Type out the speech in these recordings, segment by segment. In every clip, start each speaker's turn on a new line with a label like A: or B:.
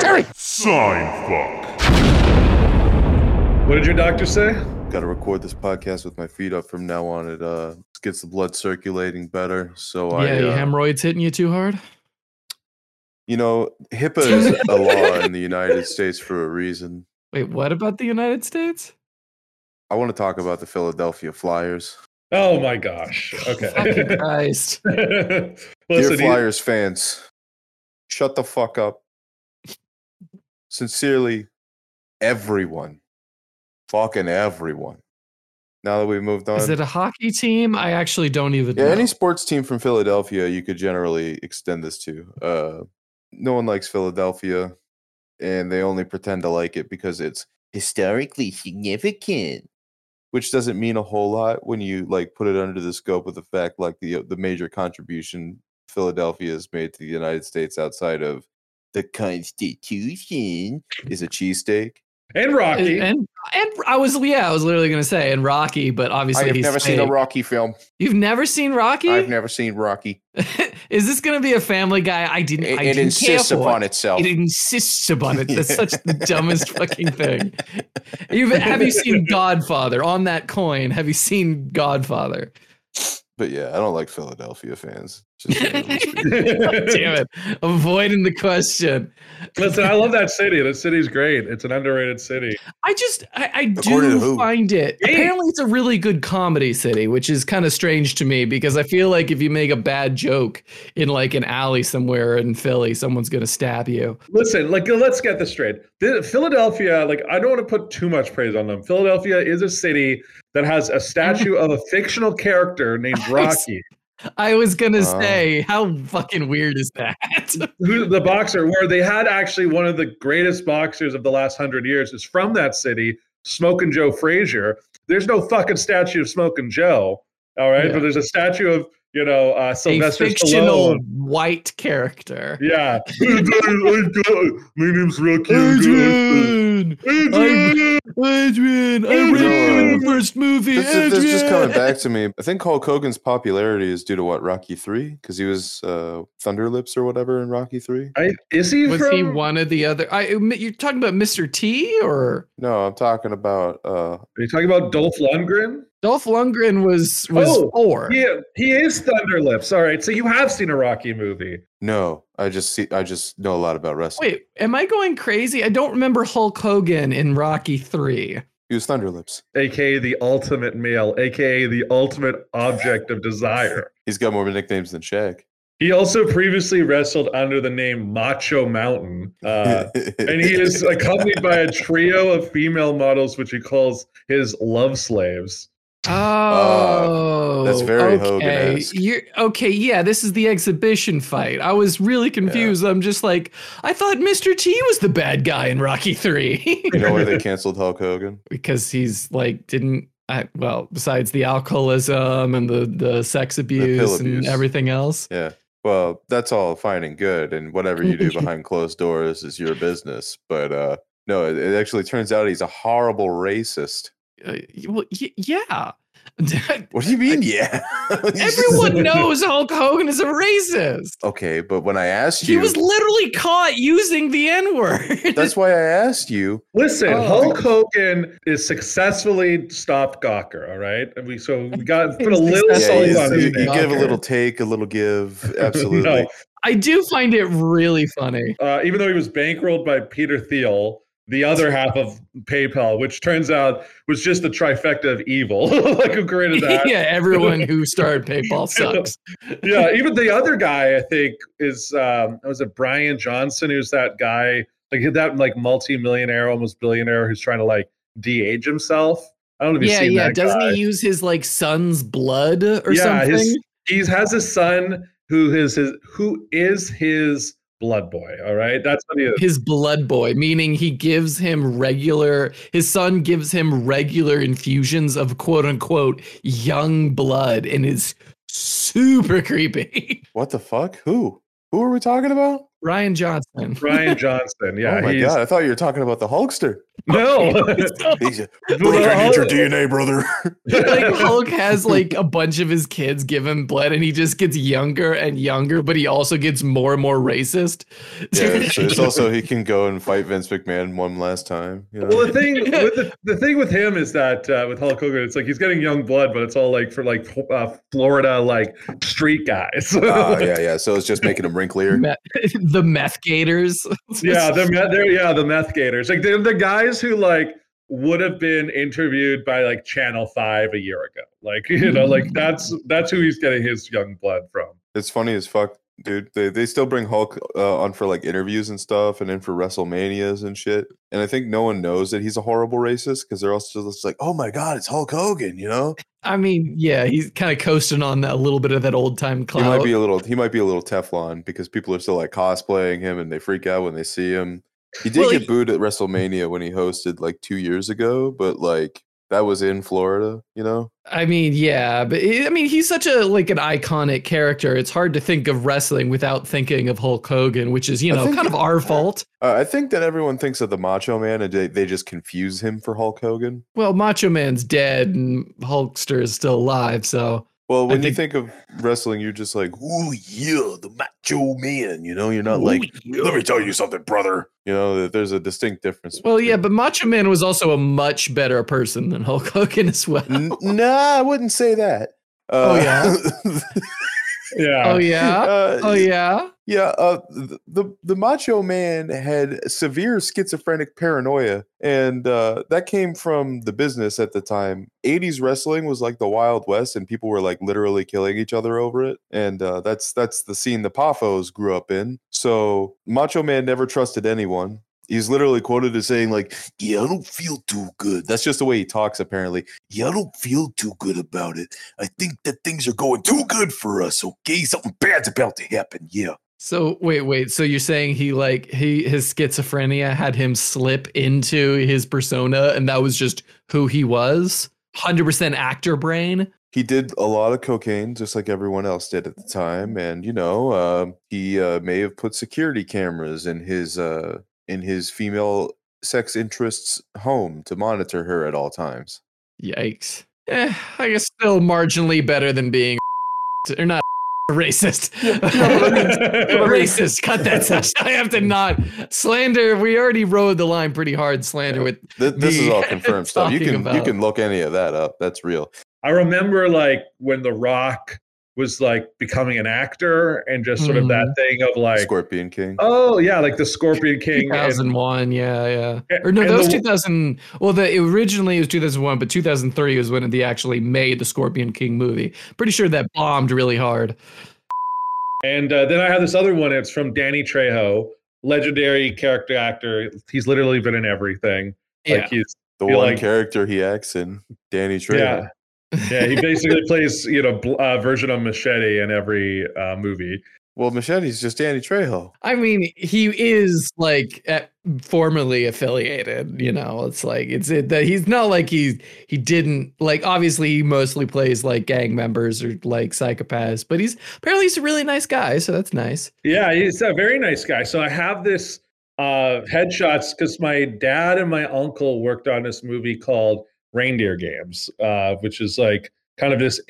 A: sorry.
B: Sign fuck.
C: What did your doctor say?
D: Got to record this podcast with my feet up from now on. It uh gets the blood circulating better. So
E: Yeah,
D: I,
E: your
D: uh,
E: hemorrhoids hitting you too hard.
D: you know, HIPAA is a law in the United States for a reason.
E: Wait, what about the United States?
D: I want to talk about the Philadelphia Flyers.
C: Oh my gosh.
E: Fucking
C: Okay.
E: Christ.
D: Dear
C: Listen, you-
D: Flyers fans, shut the fuck up. Sincerely, everyone, fucking everyone. Now that we've moved on,
E: Is it a hockey team? I actually don't even
D: yeah,
E: know.
D: any sports team from Philadelphia, you could generally extend this to. Uh, no one likes Philadelphia, and they only pretend to like it because it's historically significant, which doesn't mean a whole lot when you like put it under the scope of the fact like the uh, the major contribution Philadelphia has made to the United States outside of the Constitution is a cheesesteak.
C: and Rocky.
E: and, and and I was yeah, I was literally gonna say and Rocky, but
D: I
E: obviously
D: have
E: he's
D: never seen a
E: fake.
D: Rocky film.
E: You've never seen Rocky?
D: I've never seen Rocky.
E: Is this gonna be a Family Guy? I didn't.
D: It,
E: I
D: it
E: didn't
D: insists
E: care for
D: upon
E: it.
D: itself.
E: It insists upon it. That's such the dumbest fucking thing. You've, have you seen Godfather? On that coin, have you seen Godfather?
D: But yeah, I don't like Philadelphia fans. Just generally speaking.
E: Damn it! Avoiding the question.
C: Listen, I love that city. That city's great. It's an underrated city.
E: I just I, I
D: According to who?
E: do find it.
C: Yeah.
E: Apparently, it's a really good comedy city, which is kind of strange to me because I feel like if you make a bad joke in like an alley somewhere in Philly, someone's gonna stab you.
C: Listen, like let's get this straight. The- Philadelphia, like I don't want to put too much praise on them. Philadelphia is a city that has a statue of a fictional character named Rocky,
E: I was gonna
D: Wow.
E: say, how fucking weird is that?
C: who the boxer, where they had actually one of the greatest boxers of the last hundred years is from that city, Smoking Joe Frazier. There's no fucking statue of Smoking Joe, all right,
E: Yeah.
C: but there's a statue of you know uh,
E: a
C: Sylvester
E: fictional
C: Stallone.
E: white character.
C: Yeah. My name's Rocky.
E: Adrian,
C: Adrian!
E: Adrian, I
C: Adrian!
E: raped you in the first movie.
D: this, is, this is just
E: Adrian!
D: coming back to me. I think Hulk Hogan's popularity is due to what Rocky Three, because he was uh, Thunderlips or whatever in Rocky Three.
C: I, is he
E: Was
C: from?
E: he one of the other? I you're talking about Mr. T or
D: No, I'm talking about uh,
C: Are you talking about Dolph Lundgren?
E: Dolph Lundgren was was
C: Oh,
E: four.
C: Yeah, he is Thunderlips. All right, so you have seen a Rocky movie.
D: no. I just see. I just know a lot about wrestling.
E: Wait, am I going crazy? I don't remember Hulk Hogan in Rocky Three.
D: He was Thunderlips.
C: aka the ultimate male, aka the ultimate object of desire.
D: He's got more nicknames than Shaq.
C: He also previously wrestled under the name Macho Mountain, uh, and he is accompanied by a trio of female models, which he calls his love slaves.
E: Oh,
D: that's very
E: okay.
D: Hogan-esque.
E: You're, okay, yeah, this is the exhibition fight. I was really confused. I'm just like, I thought Mr. T was the bad guy in Rocky Three
D: You know why they canceled Hulk Hogan?
E: because he's like didn't. I, well, besides the alcoholism and the the sex abuse and
D: abuse.
E: everything else.
D: Yeah. Well, that's all fine and good, and whatever you do behind closed doors is your business. But uh, no, it, it actually turns out he's a horrible racist.
E: Uh, well, y- yeah.
D: What do you mean? yeah, He's just-
E: Everyone knows Hulk Hogan is a racist.
D: Okay, but when I asked
E: He
D: you,
E: was literally caught using the N word.
D: that's why I asked you.
C: Listen,
E: Oh.
C: Hulk Hogan is successfully stopped Gawker. All right, and we so we got put a little
E: That's all
C: salt
D: Yeah,
E: he's-
D: you-
C: on
D: you,
C: his
E: he's-
C: name.
D: you give a
E: Knocker.
D: little take, a little give. Absolutely.
C: No.
E: I do find it really funny.
C: uh, even though he was bankrolled by Peter Thiel, the other half of PayPal, which turns out was just the trifecta of evil, like who created that.
E: yeah, everyone who started PayPal sucks.
C: yeah, even the other guy, I think, is um, was it Brian Johnson, who's that guy, like that like multi-millionaire, almost billionaire, who's trying to like de-age himself. I don't know if you've
E: Yeah,
C: seen
E: yeah.
C: that
E: Doesn't
C: guy.
E: he use his like son's blood or
C: Yeah,
E: something?
C: his- he has a son who is his who is his blood boy. All right, that's what he is.
E: his blood boy, meaning he gives him regular, his son gives him regular infusions of quote unquote young blood and is super creepy.
D: What the fuck? Who? Who are we talking about?
E: Ryan Johnson.
C: Ryan Johnson. Yeah.
D: oh my
C: he's-
D: god, I thought you were talking about the Hulkster.
C: No.
D: He's a,
C: Well,
D: Blake, I need your
C: Hulk-
D: DNA, brother.
E: like Hulk has like a bunch of his kids give him blood, and he just gets younger and younger, but he also gets more and more racist.
D: yeah, so it's also he can go and fight Vince McMahon one last time. You know?
C: Well, the thing with the, the thing with him is that uh, with Hulk Hogan, it's like he's getting young blood, but it's all like for like f- uh, Florida like street guys.
E: Oh,
D: Ah, yeah, yeah. So it's just making him wrinklier.
E: Me- the meth gators.
C: yeah, the meth, they're, yeah, the meth gators. Like they're the guys who like would have been interviewed by like Channel Five a year ago. Like you know, like that's that's who he's getting his young blood from.
D: It's funny as fuck, dude. They they still bring Hulk uh, on for like interviews and stuff, and in for WrestleManias and shit. And I think no one knows that he's a horrible racist because they're also just like, oh my god, it's Hulk Hogan. You know,
E: I mean, yeah, he's kind of coasting on that, a little bit of that old time clout.
D: he might be a little he might be a little Teflon because people are still like cosplaying him and they freak out when they see him. He did
E: Well,
D: get
E: he-
D: booed at WrestleMania when he hosted like two years ago, but like that was in Florida. You know,
E: I mean, yeah, but he- I mean, he's such a like an iconic character. It's hard to think of wrestling without thinking of Hulk Hogan, which is you
D: I
E: know
D: think
E: kind of
D: it-
E: our fault.
D: uh, I think that everyone thinks of the Macho Man and they, they just confuse him for Hulk Hogan.
E: Well, Macho Man's dead and Hulkster is still alive, so
D: Well, when
E: think-
D: you think of wrestling, you're just like, "Ooh, yeah, the macho man." You know, you're not like, "Let me tell you something, brother." You know, that there's a distinct difference.
E: well, yeah.
D: between-
E: But Macho Man was also a much better person than Hulk Hogan as well.
D: N- nah, I wouldn't say that.
E: Oh,
D: yeah,
C: Yeah.
E: oh yeah,
D: uh,
E: oh yeah.
D: yeah. Uh, th- the the macho man had severe schizophrenic paranoia, and uh, that came from the business at the time. '80s wrestling was like the Wild West, and people were like literally killing each other over it. And uh, that's that's the scene the Poffos grew up in. So Macho Man never trusted anyone. He's literally quoted as saying, like, yeah, I don't feel too good. That's just the way he talks, apparently. Yeah, I don't feel too good about it. I think that things are going too good for us, okay? Something bad's about to happen, yeah.
E: So wait, wait. So you're saying he like he his schizophrenia had him slip into his persona, and that was just who he was. Hundred percent actor brain.
D: He did a lot of cocaine, just like everyone else did at the time, and you know, uh, he uh, may have put security cameras in his uh, in his female sex interest's home to monitor her at all times.
E: Yikes. Eh, I guess still marginally better than being or not racist. racist. Cut that section. I have to not slander. We already rode the line pretty hard. Slander with
D: Th- this is
E: The-
D: all confirmed stuff. You
E: talking
D: can you
E: about-
D: can look any of that up. That's real.
C: I remember like when The Rock was like becoming an actor and just sort of
E: Mm-hmm.
C: that thing of like,
D: Scorpion King.
C: oh yeah, like the Scorpion King. and-
E: 2001, yeah, yeah.
C: A-
E: Or no,
C: and
E: that was
C: the-
E: 2000. Well, the originally it was 2001, but 2003 was when they actually made the Scorpion King movie. Pretty sure that bombed really hard.
C: And uh, then I have this other one. It's from Danny Trejo, legendary character actor. He's literally been in everything. Like he's
D: the
C: feel
D: one
C: like-
D: character he acts in, Danny Trejo.
C: yeah, yeah. He basically plays you know bl- uh, version of Machete in every uh, movie.
D: Well, Machete's just Danny Trejo.
E: I mean, he is like at, formerly affiliated. You know, it's like it's it that he's not like he he didn't like. Obviously, he mostly plays like gang members or like psychopaths, but he's apparently he's a really nice guy, so that's nice.
C: Yeah, he's a very nice guy. So I have this uh, headshots because my dad and my uncle worked on this movie called Reindeer Games, uh, which is like kind of this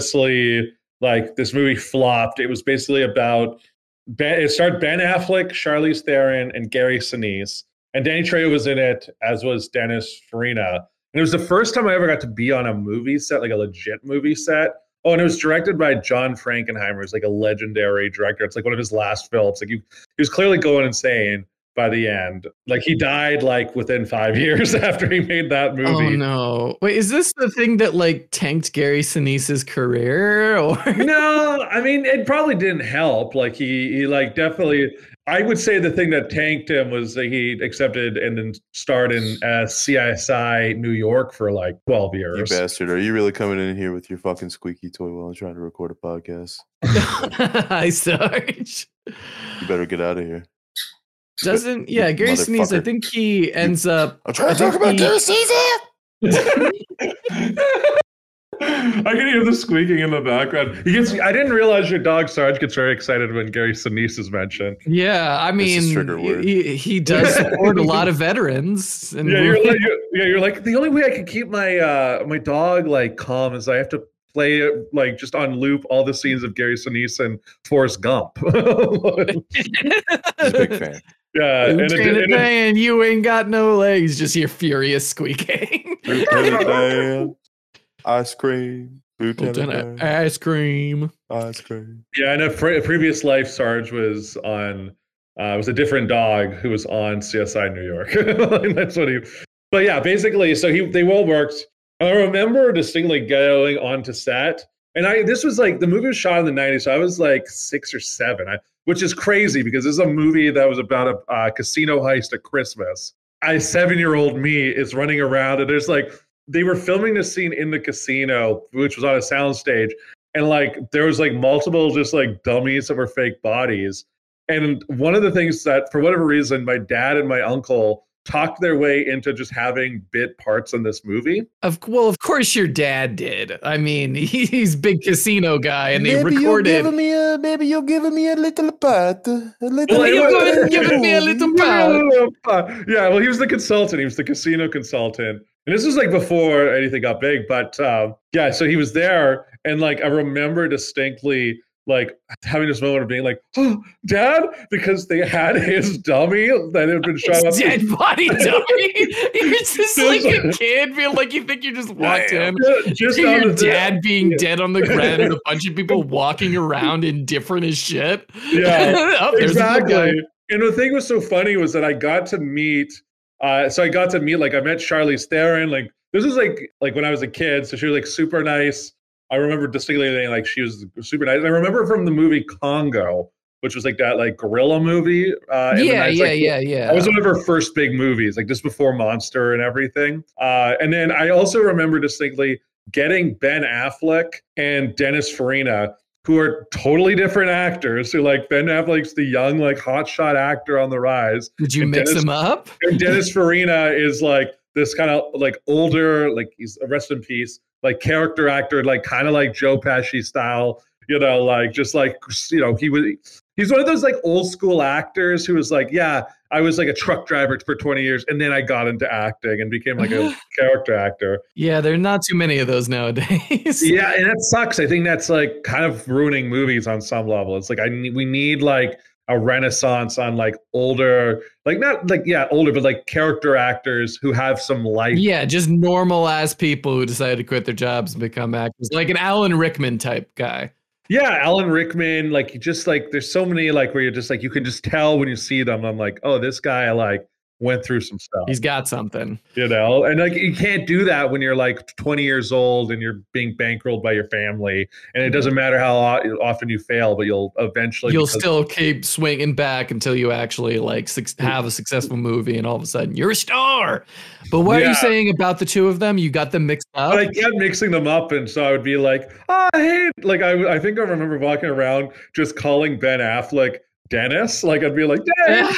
C: infamously like this movie flopped. It was basically about ben, it starred Ben Affleck, Charlize Theron, and Gary Sinise, and Danny Trejo was in it, as was Dennis Farina. And it was the first time I ever got to be on a movie set, like a legit movie set. Oh, and it was directed by John Frankenheimer, who's like a legendary director. It's like one of his last films. Like you, he was clearly going insane by the end. Like he died like within five years after he made that movie.
E: Oh no! Wait, is this the thing that like tanked Gary Sinise's career? Or
C: no, I mean it probably didn't help. Like he, he like definitely. I would say the thing that tanked him was that he accepted and then starred in uh, CSI New York for like twelve
D: You
C: years.
D: bastard. Are you really coming in here with your fucking squeaky toy while I'm trying to record a podcast?
E: I Sarge.
D: You better get out of here.
E: Doesn't yeah, Gary Sinise? I
D: motherfucker.
E: think he ends up.
D: I'm
E: I
D: trying to
E: think
D: talk about
E: he-
D: Gary Sinise!
C: I can hear the squeaking in the background. He gets. I didn't realize your dog Sarge gets very excited when Gary Sinise is mentioned.
E: Yeah, I
D: This is
E: mean,
D: trigger word.
E: he, he does support a lot of veterans. And
C: Yeah, you're like, you're, yeah, you're like the only way I can keep my uh my dog like calm is I have to play it like just on loop all the scenes of Gary Sinise and Forrest Gump. yeah,
D: He's a big fan.
C: Uh, and it,
E: Train
C: and
E: it,
C: it,
E: man, you ain't got no legs. Just hear furious squeaking.
D: Lieutenant Dan, ice cream. Lieutenant
E: Lieutenant
D: Dan,
E: ice cream.
D: ice cream.
C: yeah, in a, pre- a previous life, Sarge was on uh was a different dog who was on CSI New York. And That's what he. But yeah, basically, so he they well worked. I remember distinctly going onto set, and I this was like the movie was shot in the '90s, so I was like six or seven. I which is crazy because this is a movie that was about a uh, casino heist at Christmas. I seven year old me is running around and there's like they were filming this scene in the casino, which was on a soundstage, and like there was like multiple just like dummies of her fake bodies. And one of the things that for whatever reason, my dad and my uncle talked their way into just having bit parts in this movie.
E: Of well, of course your dad did. I mean, he, he's big casino guy, and they
D: You're
E: recorded.
D: giving me a, maybe you're giving me a little part. A little
E: Well, you're
D: part.
E: gonna give me a little pound.
C: Yeah, well, he was the consultant. He was the casino consultant. And this was like before anything got big, but um, yeah, so he was there. And like, I remember distinctly like having this moment of being like, oh, dad, because they had his dummy that had been shot up.
E: It's dead body dummy. you're just like
C: This-
E: a kid, feel like you think you just walked in.
C: Yeah, Just
E: See
C: on
E: your
C: the dad.
E: dad being
C: Yeah.
E: dead on the ground and a bunch of people walking around indifferent as shit.
C: Yeah,
E: Oh, there's another guy.
C: Exactly. And the thing was so funny was that I got to meet uh, so I got to meet like I met Charlize Theron. Like this was like like when I was a kid, so she was like super nice. I remember distinctly being, like she was super nice. And I remember from the movie Congo, which was like that like gorilla movie. Uh, in the
E: yeah,
C: 90s,
E: yeah,
C: like,
E: yeah, yeah.
C: That was one of her first big movies, like just before Monster and everything. Uh, and then I also remember distinctly getting Ben Affleck and Dennis Farina, who are totally different actors. Who like Ben Affleck's the young, like hotshot actor on the rise,
E: Did you
C: and
E: mix
C: Dennis-
E: them up?
C: and Dennis Farina is like this kind of like older, like he's rest in peace, like character actor, like kind of like Joe Pesci style, you know, like just like you know, he was he's one of those like old school actors who was like, yeah, I was like a truck driver for 20 years and then I got into acting and became like a character actor.
E: Yeah, there are not too many of those nowadays.
C: Yeah, and that sucks. I think that's like kind of ruining movies on some level. It's like I ne- we need like a renaissance on like older, like not like yeah, older, but like character actors who have some life.
E: Yeah, just normal ass people who decided to quit their jobs and become actors, like an Alan Rickman type guy.
C: Yeah, Alan Rickman, like you just like there's so many like where you're just like you can just tell when you see them. I'm like, oh, this guy like went through some stuff,
E: He's got something.
C: you know, and like you can't do that when you're like 20 years old and you're being bankrolled by your family, and it doesn't matter how o- often you fail, but you'll eventually
E: You'll
C: because-
E: still keep swinging back until you actually like suc have a successful movie, and all of a sudden you're a star. But what are
C: Yeah.
E: you saying about the two of them? You got them mixed up.
C: But I kept mixing them up, and so I would be like, "Ah, hey!" Like I, I think I remember walking around just calling Ben Affleck Dennis. Like I'd be like, "Hey,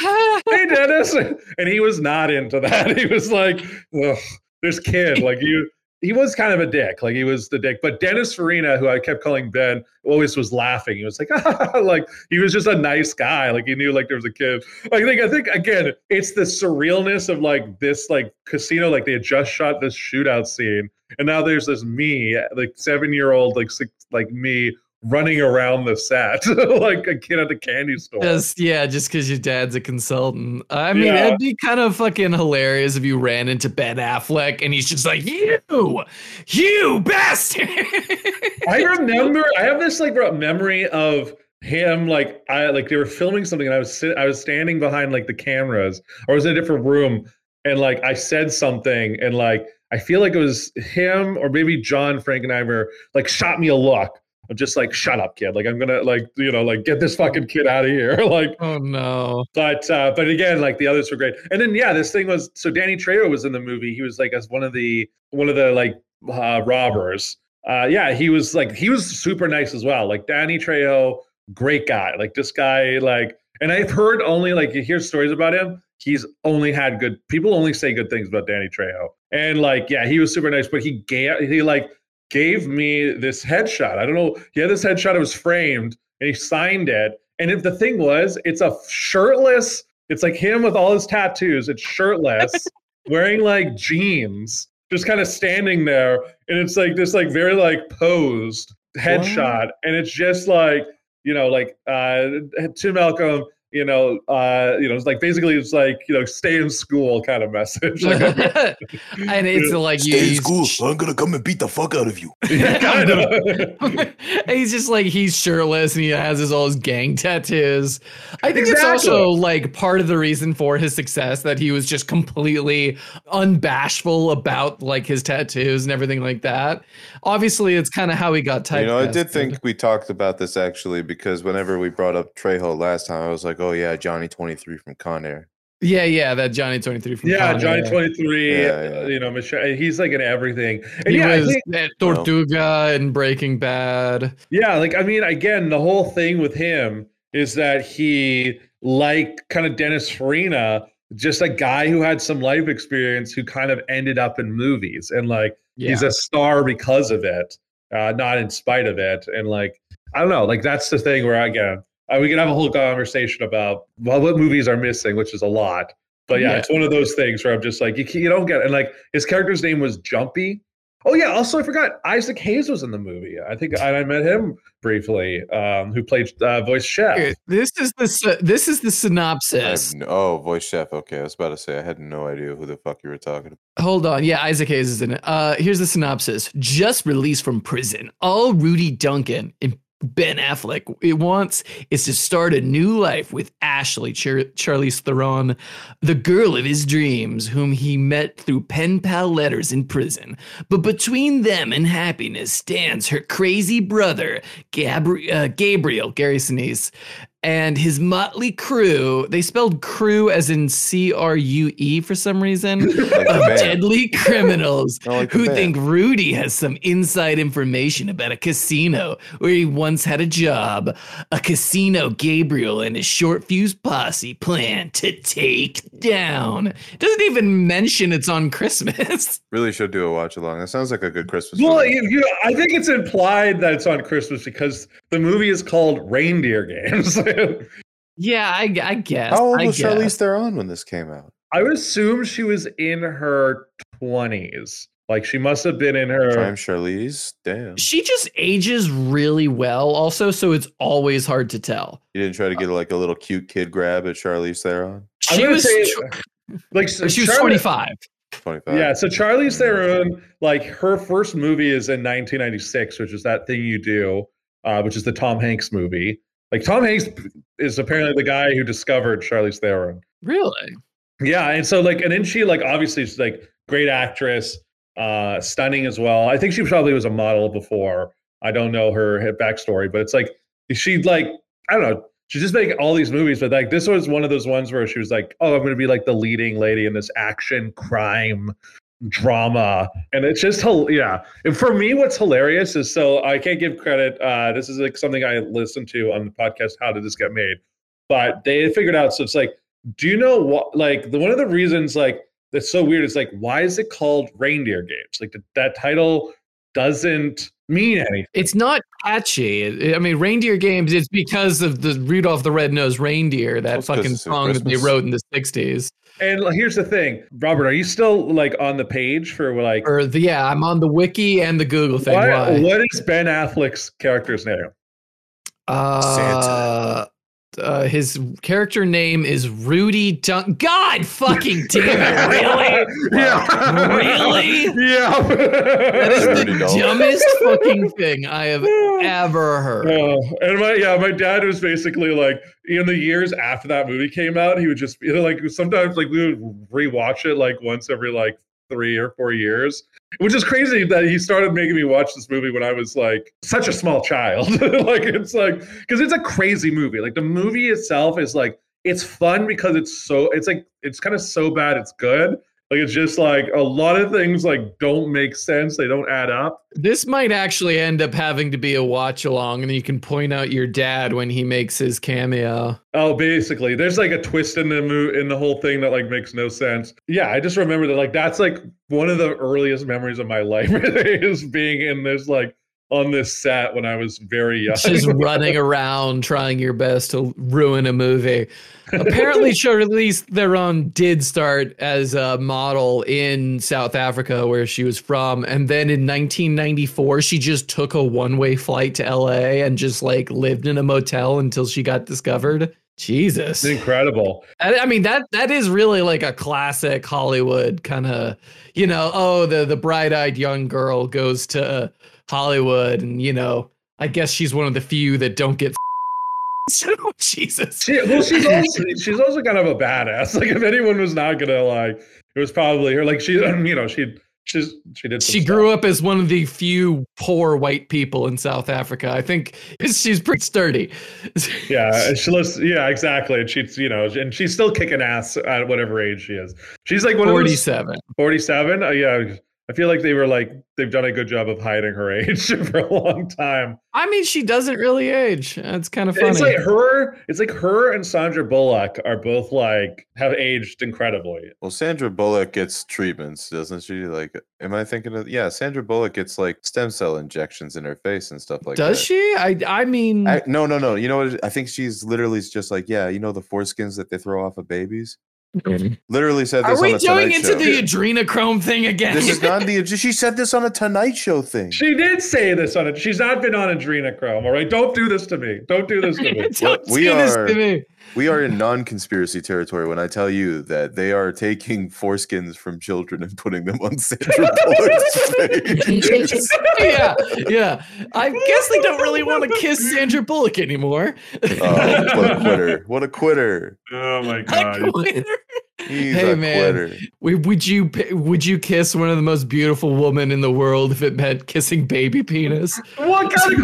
C: hey Dennis," and he was not into that. He was like, Ugh, "This kid, like you." He was kind of a dick. Like he was the dick. But Dennis Farina, who I kept calling Ben, always was laughing. He was like, like he was just a nice guy. Like he knew like there was a kid. I think I think again, it's the surrealness of like this like casino, like they had just shot this shootout scene, and now there's this me, like seven year old, like six, like me running around the set like a kid at a candy store.
E: Just yeah, just because your dad's a consultant. I mean,
C: Yeah.
E: it'd be kind of fucking hilarious if you ran into Ben Affleck and he's just like, "You, you bastard!"
C: I remember I have this like memory of him like I like they were filming something and I was sit, I was standing behind like the cameras or I was in a different room and like I said something and like I feel like it was him or maybe John Frankenheimer like shot me a look of just like shut up kid like I'm gonna like you know like get this fucking kid out of here like
E: oh no.
C: but uh, but again, like the others were great. And then yeah, this thing was so Danny Trejo was in the movie. He was like as one of the one of the like uh, robbers. Uh, yeah, he was like he was super nice as well. Like Danny Trejo, great guy. Like this guy, like and I've heard only like you hear stories about him. He's only had good people only say good things about Danny Trejo. And like yeah, he was super nice, but he gave he like gave me this headshot. I don't know. He had this headshot. It was framed, and he signed it. And if the thing was, it's a shirtless. It's like him with all his tattoos. It's shirtless, wearing like jeans, just kind of standing there. And it's like this, like very like posed headshot. And it's just like you know, like uh, Tim Malcolm. You know, uh, you know, it's like basically it's like you know, stay in school kind of message. Like, I'm-
E: and it's like you,
A: Stay in
E: you-
A: school, so I'm gonna come and beat the fuck out of you.
C: kind of.
E: and he's just like he's shirtless and he has his all his gang tattoos. I think it's
C: Exactly.
E: also like part of the reason for his success that he was just completely unbashful about like his tattoos and everything like that. Obviously, it's kind of how he got typecast.
D: you know, I did think we talked about this actually because whenever we brought up Trejo last time, I was like, "Oh yeah, Johnny Twenty Three from Con Air."
E: Yeah, yeah, that Johnny twenty three from
C: Yeah,
E: Con
C: Johnny
E: Air.
C: Twenty Three.
D: Yeah, yeah.
C: You know, Michelle. He's like in everything. And
E: He
C: yeah, I
E: was
C: think-
E: at Tortuga and Breaking Bad.
C: yeah. Like I mean, again, the whole thing with him is that he, like, kind of Dennis Farina, just a guy who had some life experience who kind of ended up in movies and like
E: Yeah.
C: he's a star because of it, uh, not in spite of it. And like, I don't know. Like that's the thing where again, uh, we can have a whole conversation about well, what movies are missing, which is a lot. But yeah,
E: Yeah.
C: it's one of those things where I'm just like, you, ca- you don't get it. And like, his character's name was Jumpy. Oh yeah, also I forgot Isaac Hayes was in the movie. I think I, I met him briefly, um, who played uh, voice chef.
E: Here, This is the sy- this is the
D: I have
E: synopsis.
D: n- oh, voice chef. Okay, I was about to say I had no idea who the fuck you were talking about.
E: Hold on. Yeah, Isaac Hayes is in it. Uh, here's the synopsis. Just released from prison, all Rudy Duncan and Ben Affleck it wants is to start a new life with Ashley, Char- Charlize Theron, the girl of his dreams, whom he met through pen pal letters in prison. But between them and happiness stands her crazy brother, Gabri- uh, Gabriel, Gary Sinise, and his motley crew. They spelled crew as in C R U E for some reason
D: Like the
E: of
D: band.
E: deadly criminals
D: I like the
E: Oh, who
D: band.
E: think Rudy has some inside information about a casino where he once had a job. A casino Gabriel and his short fuse posse plan to take down. Doesn't even mention it's on Christmas.
D: Really should do a watch along. That sounds like a good Christmas.
C: Well,
D: movie.
C: you, you, I think it's implied that it's on Christmas because the movie is called Reindeer Games.
E: yeah, I, I guess.
D: How old
E: I
D: was
E: guess.
D: Charlize Theron when this came out?
C: I would assume she was in her 20s. Like she must have been in
D: Prime
C: her.
D: Charlize. Damn,
E: She just ages really well, also, so it's always hard to tell.
D: you didn't
E: uh
D: try to get like a little cute kid grab at Charlize Theron.
C: I'm
E: She
C: gonna
E: was,
C: say- uh,
E: tw-
C: Like so
E: she was
C: Charlotte-
E: 25.
D: Twenty five.
C: Yeah, so Charlie's Theron, like her first movie is in 1996, which is that thing you do, uh, which is the Tom Hanks movie. Like Tom Hanks is apparently the guy who discovered Charlie's Theron.
E: Really?
C: Yeah, and so like, and then she like obviously she's like great actress, uh, stunning as well. I think she probably was a model before. I don't know her hi- backstory, but it's like she like I don't know. She's just making all these movies, but like this was one of those ones where she was like, "Oh, I'm going to be like the leading lady in this action crime drama," and it's just hil- yeah. And for me, what's hilarious is so I can't give credit. Uh, this is like something I listened to on the podcast. How did this get made? But they figured out. So it's like do you know what like the one of the reasons like that's so weird is like why is it called reindeer games like that that title doesn't mean anything
E: It's not catchy. It- I mean, reindeer games. It's because of the Rudolph the Red-Nosed Reindeer, that
D: Well, it's 'cause
E: fucking
D: it's a
E: song that they
D: Christmas.
E: wrote in the '60s.
C: and like, here's the thing robert are you still like on the page for like
E: Or the yeah, I'm on the wiki and the Google thing.
C: what,
E: Why?
C: what is ben affleck's character's name
E: Uh, uh, his character name is Rudy Dun. God fucking damn it! Really?
C: yeah
E: Really? That is
C: yeah
E: the
D: Rudy Dun.
E: dumbest fucking thing I have ever heard.
C: Oh, and my yeah, my dad was basically like in the years after that movie came out, he would just you know, like sometimes like we would rewatch it like once every like three or four years, which is crazy that he started making me watch this movie when I was like such a small child. like it's like because it's a crazy movie. Like the movie itself is like it's fun because it's so it's like it's kind of so bad it's good. Like it's just like a lot of things like don't make sense. They don't add up.
E: This might actually end up having to be a watch along, and you can point out your dad when he makes his cameo.
C: Oh, basically, there's like a twist in the mo- in the whole thing that like makes no sense. Yeah, I just remember that like that's like one of the earliest memories of my life is being in this like on this set when I was very young.
E: Just running around trying your best to ruin a movie. Apparently, Charlize Theron did start as a model in South Africa, where she was from, and then in 1994, she just took a one-way flight to LA and just like lived in a motel until she got discovered. Jesus.
C: It's incredible.
E: I I mean that that is really like a classic Hollywood kind of you know oh the the bright-eyed young girl goes to uh, Hollywood and you know I guess she's one of the few that don't get so Jesus
C: She, well, she's also, she's also kind of a badass. Like if anyone was not gonna like, it was probably her. Like she, um, you know, she she's she did.
E: she grew up as one of the few poor white people in South Africa I think she's pretty sturdy
C: Yeah, and she lives. Yeah, exactly. And she's you know, and she's still kicking ass at whatever age she is. She's like one of those
E: 47
C: 47 uh, yeah i feel like they were like they've done a good job of hiding her age for a long time
E: I mean she doesn't really age it's kind of funny
C: it's like her it's like her and sandra bullock are both like have aged incredibly
D: Well, Sandra Bullock gets treatments, doesn't she? Like, am I thinking of? Yeah, Sandra Bullock gets like stem cell injections in her face and stuff like
E: does
D: that.
E: she I I mean
D: I, no, no, no. You know what? it- I think she's literally just like, yeah, you know, the foreskins that they throw off of babies. Literally said this
E: Are we
D: on the
E: going
D: Tonight
E: into
D: Show.
E: the adrenochrome thing again?
D: This is not the. She said this on a Tonight Show thing.
C: she did say this on it she's not been on adrenochrome all right don't do this to me don't do this to me
E: Don't
D: we
E: do this
D: are-
E: to me.
D: We are in non-conspiracy territory when I tell you that they are taking foreskins from children and putting them on Sandra Bullock's face.
E: yeah, yeah. I guess they don't really want to kiss Sandra Bullock anymore.
D: Oh, what a quitter! What a quitter!
C: oh my
E: I quit.
D: He's
E: Hey,
D: a
E: man.
D: quitter.
E: Would would you pi- would you kiss one of the most beautiful women in the world if it meant kissing baby penis?
C: what kind of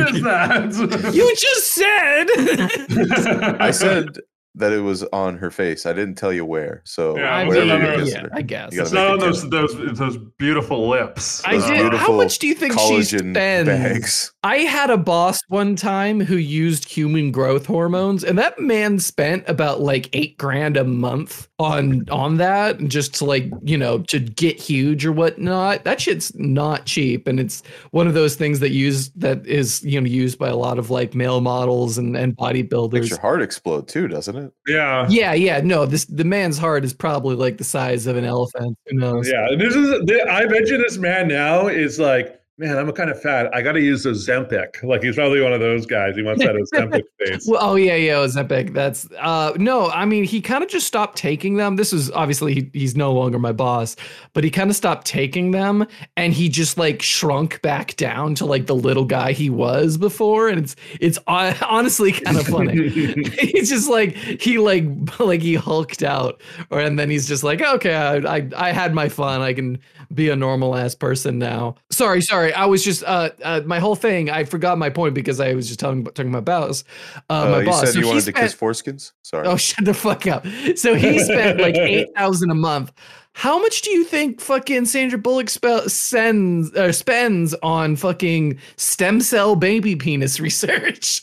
C: is that
E: You just said.
D: I said that it was on her face. I didn't tell you where. So
C: Yeah, I
E: I
C: mean,
D: wherever
C: yeah,
D: you kissed
E: yeah,
D: her.
E: I guess.
D: You
C: it's
D: gotta
C: not on
D: make it
C: those those those beautiful lips
E: I
D: those
E: did. How
D: beautiful
E: much do you think she
D: Collagen
E: spends?
D: bags.
E: I had a boss one time who used human growth hormones, and that man spent about like eight grand a month on on that, and just to like you know to get huge or whatnot. That shit's not cheap, and it's one of those things that use that is you know used by a lot of like male models and and
D: Makes
E: bodybuilders.
D: your heart explode too, doesn't it?
C: yeah
E: Yeah, yeah, no, this the man's heart is probably like the size of an elephant. Who knows?
C: Yeah, and this is. th- I mentioned this man now is like, man, I'm kind of fat. I got to use Ozempic. Like he's probably one of those guys. He wants that Ozempic face.
E: Well, oh yeah, yeah, it was epic. That's uh no, I mean he kind of just stopped taking them. This is obviously he, he's no longer my boss, but he kind of stopped taking them and he just like shrunk back down to like the little guy he was before and it's it's hon- honestly kind of funny. he's just like he like like he hulked out or and then he's just like okay, I I, I had my fun. I can be a normal ass person now. Sorry, sorry. I was just uh, uh my whole thing. I forgot my point because I was just talking talking about boss. Uh,
D: Uh,
E: my
D: you
E: boss.
D: said
E: So
D: you
E: he
D: wanted to
E: spent-
D: kiss foreskins. Sorry.
E: Oh, shut the fuck up. So he spent like eight thousand a month. How much do you think fucking Sandra Bullock spell, sends or spends on fucking stem cell baby penis research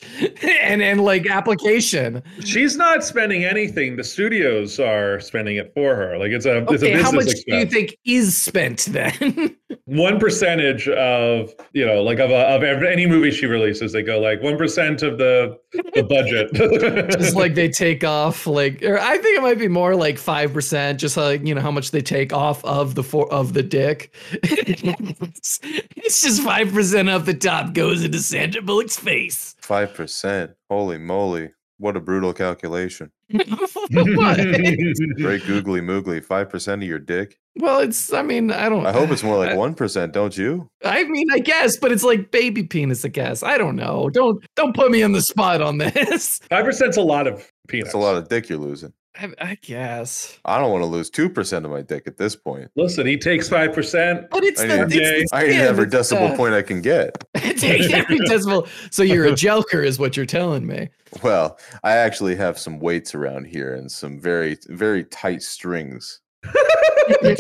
E: and and like application?
C: She's not spending anything. The studios are spending it for her. Like it's a it's a
E: Okay,
C: business
E: how much do you
C: expense.
E: think is spent then?
C: one percentage of you know like of a, of ev- any movie she releases, they go like one percent of the the budget.
E: just like they take off like or I think it might be more like 5% just like you know how much they take off of the for, of the dick. it's just 5% off the top goes into Sandra Bullock's face.
D: Five percent. Holy moly! What a brutal calculation.
E: What?
D: Great googly moogly. Five percent of your dick.
E: well, it's I mean, I don't
D: I hope it's more like one percent. Don't you?
E: I mean, I guess, but it's like baby penis, I guess. I don't know. Don't don't put me on the spot on this.
C: Five percent's a lot of peanuts.
D: That's a lot of dick you're losing.
E: I, I guess.
D: I don't want to lose two percent of my dick at this point.
C: Listen, he takes five percent.
E: But it's
D: I
E: the,
D: mean,
E: it's the Uh,
D: I ain't
E: skin,
D: every
E: it's the-
D: decimal point I can get.
E: Take every decimal. So you're a joker, is what you're telling me.
D: Well, I actually have some weights around here and some very, very tight strings.
C: Oh,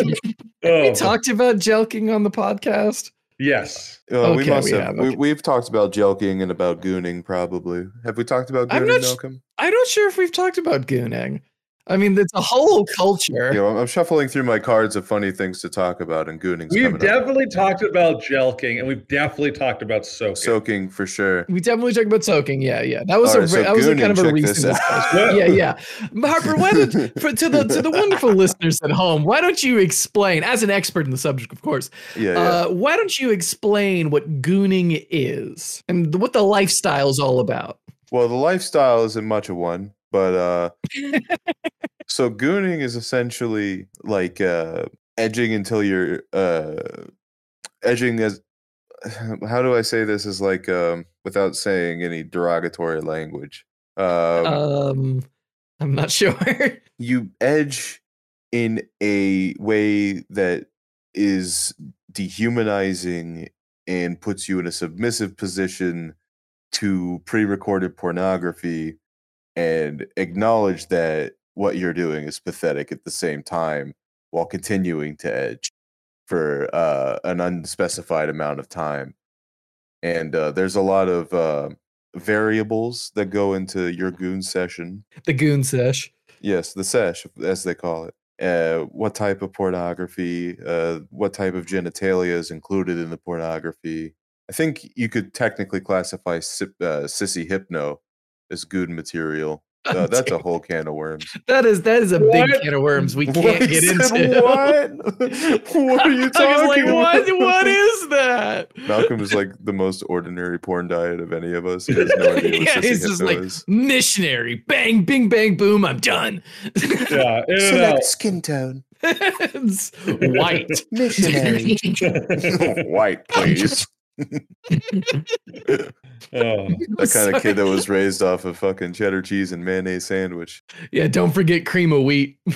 E: We talked about jelking on the podcast.
C: yes.
D: Uh, we
E: Okay,
D: must
E: we
D: have.
E: have,
D: We,
E: okay.
D: we've talked about jelking and about gooning, probably. Have we talked about
E: I'm
D: gooning,
E: not sh-
D: Malcolm?
E: I'm not sure if we've talked about gooning. I mean, it's a whole culture.
D: Yeah, I'm, I'm shuffling through my cards of funny things to talk about, and gooning's
C: We've
D: coming up.
C: definitely talked about jelking and we've definitely talked about soaking.
D: Soaking for sure.
E: We definitely talked about soaking. Yeah, yeah. That was
D: All
E: a
D: right, so
E: re- that was a kind of
D: gooning,
E: a
D: check this
E: recent
D: out.
E: discussion. yeah, yeah. Harper, why don't for, to the to the wonderful listeners at home, why don't you explain, as an expert in the subject, of course,
D: Yeah, yeah.
E: uh, why don't you explain what gooning is and what the lifestyle is all about?
D: Well, the lifestyle isn't much of one, but uh so gooning is essentially like uh edging until you're uh edging as how do I say this is like um without saying any derogatory language. Um
E: Um, I'm not sure.
D: you edge in a way that is dehumanizing and puts you in a submissive position to pre-recorded pornography and acknowledge that what you're doing is pathetic at the same time while continuing to edge for uh, an unspecified amount of time and uh, there's a lot of uh, variables that go into your goon session
E: the goon sesh.
D: Yes, the sesh, as they call it. Uh, what type of pornography? Uh, what type of genitalia is included in the pornography? I think you could technically classify sip, uh, sissy hypno as good material. Uh, that's a whole can of worms.
E: That is that is a big
C: What?
E: can of worms we
D: What?
E: can't get
D: He said,
E: into.
D: What? what are
E: I
D: you
E: was
D: talking
E: like,
D: about?
E: what? What is that?
D: Malcolm is like the most ordinary porn diet of any of us. He has no idea what
E: yeah,
D: sissy
E: he's just
D: hypno
E: like
D: is.
E: missionary. Bang, bing, bang, boom. I'm done.
C: Yeah, in and out.
D: skin tone,
E: It's white.
D: missionary, white, please.
C: Oh.
D: That kind of kid that was raised off of fucking cheddar cheese and mayonnaise sandwich.
E: Yeah, don't forget cream of wheat.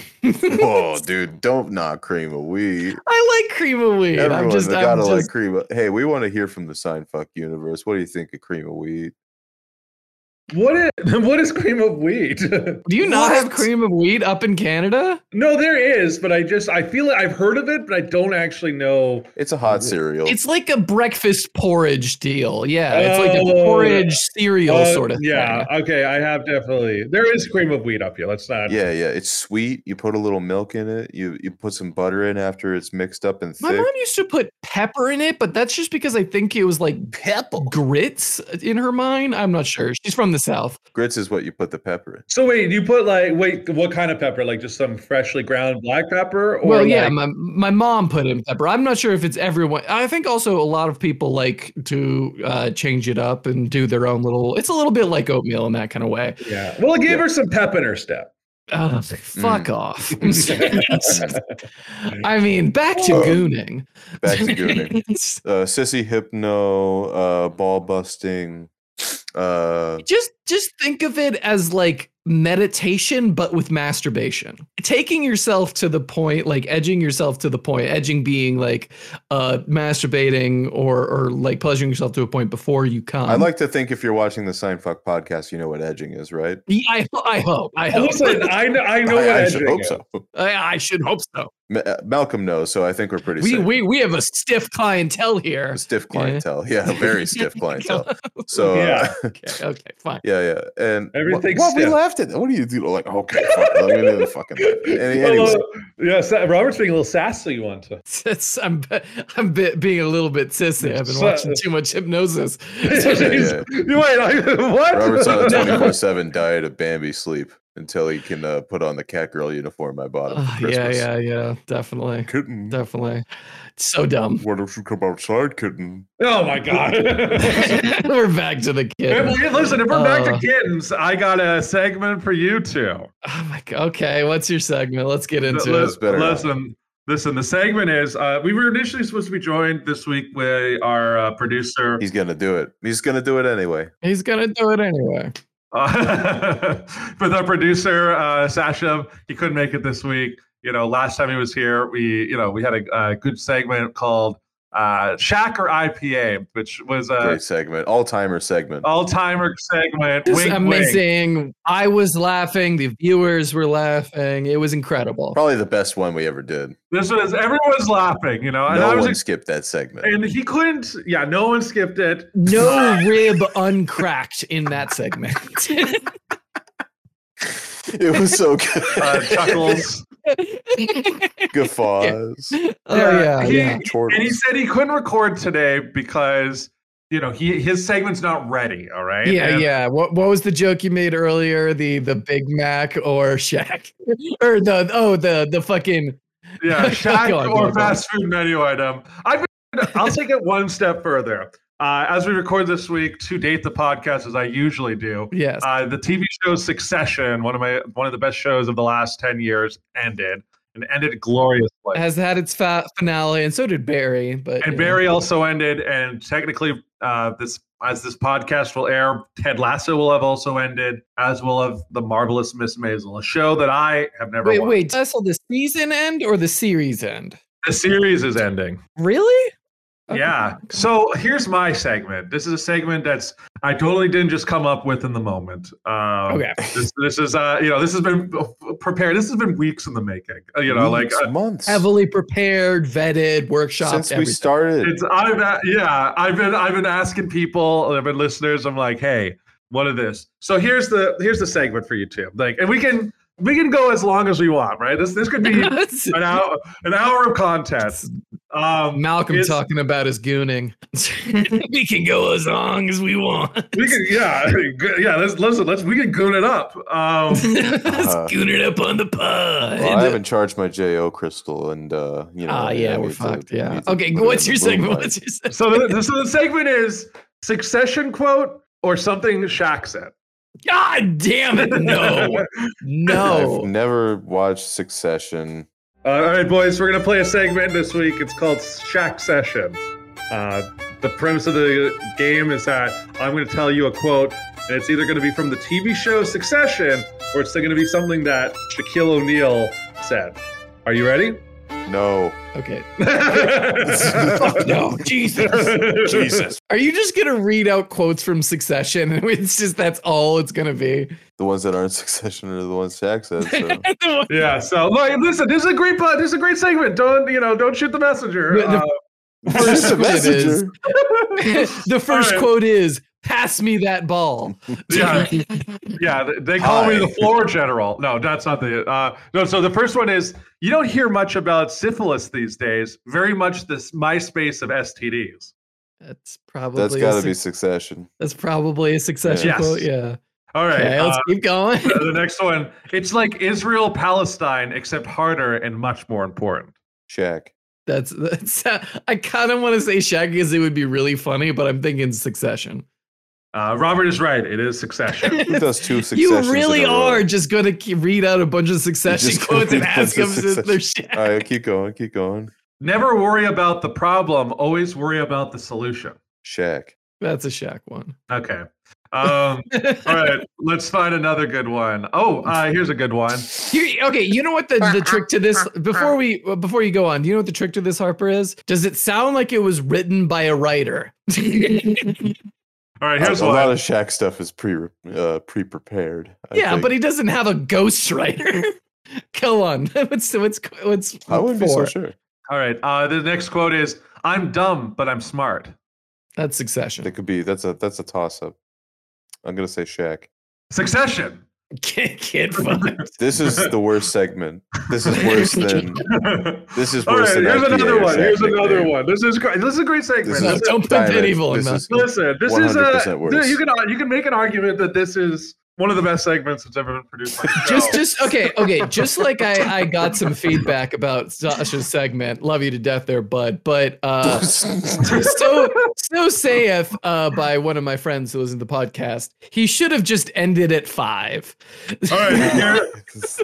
D: Oh, dude, don't knock cream of wheat.
E: I like cream of wheat.
D: Everyone
E: I'm just, I'm
D: gotta like
E: just
D: cream. Of, hey, we want to hear from the sign fuck universe. What do you think of cream of wheat?
C: What is what is cream of wheat?
E: Do you not have cream of wheat up in Canada?
C: no, there is, but I just I feel it. I've heard of it, but I don't actually know.
D: It's a hot cereal.
E: It's like a breakfast porridge deal. Yeah, it's like a
C: Oh,
E: porridge cereal
C: Uh,
E: sort of
C: yeah.
E: thing.
C: Okay. I have definitely. There is cream of wheat up here. Let's not.
D: yeah, yeah. It's sweet. You put a little milk in it. You you put some butter in after it's mixed up and
E: My
D: thick.
E: mom used to put pepper in it, but that's just because I think it was like pepper grits in her mind. I'm not sure. She's from the south.
D: Grits is what you put the pepper in.
C: So wait, you put like wait, what kind of pepper? Like just some freshly ground black pepper? Or
E: well, yeah,
C: like-
E: my my mom put in pepper. I'm not sure if it's everyone. I think also a lot of people like to uh, change it up and do their own little. It's a little bit like oatmeal in that kind of way.
C: yeah. Well, I gave
D: Yeah.
C: her some pep in her step.
E: Ugh,
D: hmm.
E: fuck off. I mean, back to
D: Oh.
E: gooning.
D: Back to gooning. Uh, sissy hypno, uh, ball busting. Uh,
E: just just think of it as like meditation but with masturbation taking yourself to the point like edging yourself to the point edging being like uh masturbating or or like pleasuring yourself to a point before you come
D: I like to think if you're watching the Sign Fuck podcast, you know what edging is, right?
E: Yeah, I, I hope i hope
C: Listen, I know I know
D: I,
C: what
D: I
C: edging
D: should hope
C: is.
D: so.
E: I, I should hope so
D: Ma- uh, Malcolm knows, so I think we're pretty
E: we,
D: safe.
E: we we have a stiff clientele here
D: stiff clientele, yeah, very stiff clientele. So yeah,
C: Yeah.
D: uh,
E: okay, okay fine
D: yeah, yeah, and wha-
C: Everything's
D: Well, we
C: stiff.
D: laughed at. What do you do? Like, okay, fine, let me do the fucking. laugh. Any, anyway,
C: Hello. Yeah, Sa- Robert's being a little sassy one time.
E: It's- I'm I'm be, being a little bit sissy. I've been
C: So-
E: watching too much hypnosis.
C: Jeez. You Wait, I, what?
D: Robert's on a
C: No.
D: twenty-four-seven diet of Bambi sleep until he can uh, put on the cat girl uniform I bought him.
E: Uh,
D: For
E: yeah,
D: Christmas.
E: yeah, yeah. Definitely,
D: Kitten,
E: definitely. It's so dumb.
D: why don't you come outside, kitten?
C: Oh my god.
E: We're back to the
C: If
E: kid.
C: we- listen, if we're back
E: Uh,
C: to kittens, I got a segment for you two.
E: Oh my god. Okay, what's your segment? Let's get
C: Th-
E: into
C: lis-
E: it.
D: That's better.
C: Listen, listen. The segment is uh, we were initially supposed to be joined this week by our uh, producer.
D: He's gonna do it. He's gonna do it anyway.
E: He's gonna do it anyway.
C: Uh, with our producer uh, Sasha, he couldn't make it this week. You know, last time he was here, we you know we had a, a good segment called uh, Shacker IPA, which was a
D: Great segment, all timer segment.
C: all timer segment.
E: This
C: Wink, wink.
E: amazing. I was laughing. The viewers were laughing. It was incredible.
D: Probably the best one we ever did.
C: This was everyone's laughing, you know, and I
D: No
C: was
D: one skipped that segment.
C: and he couldn't. Yeah, no one skipped it.
E: No rib uncracked in that segment.
D: It was so good.
C: Uh, chuckles.
D: Guffaws.
E: oh
C: Yeah,
E: yeah,
C: he-
E: yeah.
D: Chortles.
C: And he said he couldn't record today because you know he his segment's not ready. All right.
E: Yeah,
C: And-
E: yeah. What what was the joke you made earlier? The the Big Mac or Shaq? or the oh the the fucking
C: Yeah, Shaq
E: Go on, go on, go
C: or
E: on.
C: fast food menu item. I've been, I'll take it one step further. Uh, as we record this week, to date the podcast as I usually do,
E: yes.
C: uh, the TV show Succession, one of my one of the best shows of the last ten years, ended and ended gloriously.
E: has had its fa- finale, and so did Barry. But
C: And
E: you know.
C: Barry also ended, and technically, uh, this as this podcast will air, Ted Lasso will have also ended, as will have the marvelous Miss Maisel, a show that I have never
E: Wait,
C: watched.
E: wait. That's all the season end or the series end?
C: The series is ending.
E: Really? Okay.
C: Yeah. So here's my segment. This is a segment that's I totally didn't just come up with in the moment. Um,
E: Okay.
C: This, this is uh you know this has been prepared. This has been weeks in the making. Uh, You know like
D: Weeks,
C: uh,
D: months
E: Heavily prepared, vetted, workshopped.
D: since we
E: everything.
D: started.
C: it's I've a- yeah I've been I've been asking people I've been listeners. I'm like hey what of this? So here's the here's the segment for you two. Like and we can we can go as long as we want right. This this could be an hour an hour of content. Um,
E: Malcolm
C: It's-
E: talking about his gooning. we can go as long as we want.
C: we can yeah yeah let's listen let's we can goon it up. Um,
D: Uh,
E: Goon it up on the pod.
D: Well, I haven't charged my Jo crystal, and uh, you know.
E: Ah, yeah,
D: I
E: we're
D: need to-
E: fucked. yeah.
D: need to
E: Okay,
D: put it
E: what's
D: in
E: your
D: the
E: segment?
D: moonlight.
E: What's your segment?
C: So the, so the segment is succession quote or something Shaq said.
E: God damn it! No,
D: I've
E: no.
D: never watched Succession.
C: Uh, all right, boys, we're gonna play a segment this week. It's called Shaq Session. Uh, the premise of the game is that I'm gonna tell you a quote, and it's either gonna be from the TV show Succession, or it's gonna be something that Shaquille O'Neal said. Are you ready?
D: No,
E: Okay,
C: no.
E: no. Jesus,
C: Jesus.
E: are you just gonna read out quotes from Succession? and It's just that's all it's gonna be.
D: the ones that aren't Succession are the ones Shaq said. So.
E: The
C: Yeah. So, like, listen, this is a great, pod- this is a great segment. Don't, you know, don't shoot the messenger.
E: The- the-
C: Uh,
E: first
D: Just a
E: quote is.
D: messenger.
E: the first
C: All right.
E: quote is "Pass me that ball."
C: Yeah, yeah. th- They call me
D: Hi.
C: the floor general. No, that's not the. Uh, no, so the first one is you don't hear much about syphilis these days. Very much this MySpace of STDs.
E: That's probably
D: That's got
E: a
D: to be
E: suc-
D: Succession.
E: that's probably a Succession
C: Yes.
E: quote. Yeah.
C: All right.
E: Okay, let's
C: uh,
E: keep going.
C: the next one. It's like Israel Palestine, except harder and much more important.
D: Shaq.
E: That's that's. uh, I kind of want to say Shaq because it would be really funny, but I'm thinking Succession.
C: Uh, Robert is right. It is Succession.
D: Who does two Successions
E: You really
D: in a row?
E: are just gonna keep, read out a bunch of Succession
D: just
E: quotes and
D: read a bunch
E: ask them
D: of
E: if they're Shaq.
D: All right, keep going, keep going.
C: Never worry about the problem. Always worry about the solution.
D: Shaq.
E: That's a Shaq one.
C: Okay. Um, All right, let's find another good one. Oh, uh, here's a good one.
E: Here- okay, you know what the, the trick to this before we before you go on, do you know what the trick to this Harper is? Does it sound like it was written by a writer?
C: All right,
D: A-
C: here's
D: a
C: one.
D: lot of Shaq stuff is pre uh, pre prepared.
E: yeah, but he doesn't have a ghostwriter. go on. What's what's what's
D: I wouldn't be so
E: four?
D: sure.
C: All right, uh, the next quote is, "I'm dumb, but I'm smart."
E: That's Succession.
D: That could be. That's a that's a toss up. I'm gonna say Shaq.
C: Succession.
E: Can't get fucked.
D: This is the worst segment. This is worse than.
C: All
D: This is
C: right,
D: worse than.
C: here's
D: IPA
C: another
D: or
C: one.
D: Shaq
C: Here's
D: nickname.
C: another one. This is great. This is a great segment.
D: This
E: No,
D: is
E: don't put
D: diamond.
E: medieval in
D: This
E: that.
D: is-
C: Listen, this is a.
D: 100% worse.
C: You can uh, you can make an argument that this is one of the best segments that's ever been produced. by the
E: just
C: show.
E: just okay okay just like i i got some feedback about sasha's segment love you to death there bud but uh so so saith uh by one of my friends who listens to the podcast he should have just ended at five
C: All right, here,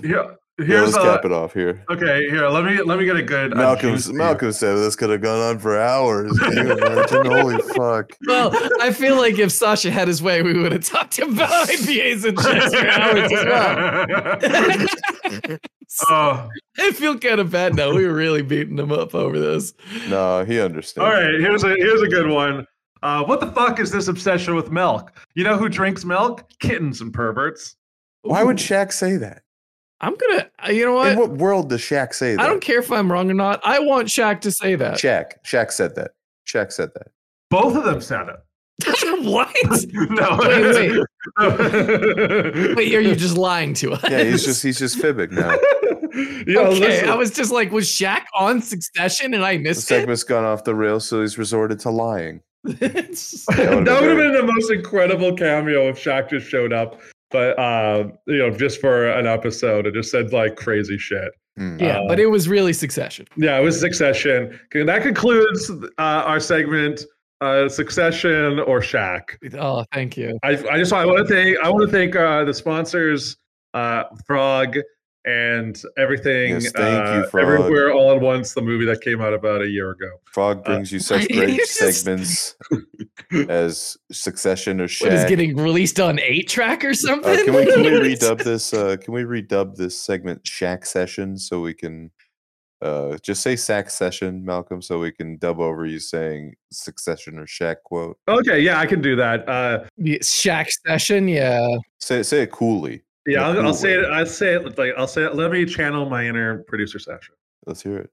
C: here-
D: yeah,
C: here's
D: let's
C: a.
D: cap it off here.
C: Okay, here. Let me let me get a good. uh,
D: Malcolm
C: juicy-
D: Malcolm said this could have gone on for hours. Can you imagine? Holy fuck!
E: well i feel like if sasha had his way we would have talked about ipas and checks for hours as well
C: Oh,
E: I feel kind of bad now. We were really beating him up over this.
D: No, he understands.
C: all right. Here's a here's a good one. Uh, what the fuck is this obsession with milk? You know who drinks milk? Kittens and perverts.
D: Why would Shaq say that?
E: I'm gonna? uh, You know what?
D: In what world does Shaq say that?
E: I don't care if I'm wrong or not. I want Shaq to say that.
D: Shaq. Shaq said that. Shaq said that.
C: Both of them said it.
E: what?
C: no.
E: Wait, wait, wait! Are you just lying to us?
D: Yeah, he's just he's just fibbing now.
C: Yo,
E: okay,
C: listen.
E: I was just like, was Shaq on Succession and I
D: The
E: missed it?
D: segment's gone off the rails, so he's resorted to lying.
C: that
D: would've
C: would
D: been
C: have
D: great.
C: been the most incredible cameo if Shaq just showed up, but uh, you know, just for an episode and just said like crazy shit.
D: Hmm.
E: yeah, but it was really Succession.
C: Yeah, it was Succession. Okay, That concludes uh, our segment, uh, Succession or Shaq.
E: Oh, thank you.
C: I, I just I want to thank I want to thank uh, the sponsors, uh, Frog, and everything.
D: Yes, thank you,
C: uh,
D: Frog.
C: Everywhere all at once, the movie that came out about a year ago.
D: Frog brings you such great
E: He's Uh, just-
D: segments as Succession or
E: What is
D: Shaq.
E: getting released on eight track or something?
D: Uh, can we can we redub this? Uh, can we redub this segment Shaq session so we can uh, just say Sack session, Malcolm, so we can dub over you saying Succession or Shaq quote.
C: Okay, yeah, I can do that. Uh,
E: Yeah, Shaq session, yeah.
D: Say say it coolly.
C: Yeah,
D: in a
C: I'll,
D: cool
C: I'll say
D: way.
C: it. I'll say it. Like I'll say it. Let me channel my inner producer Sasha.
D: Let's hear it.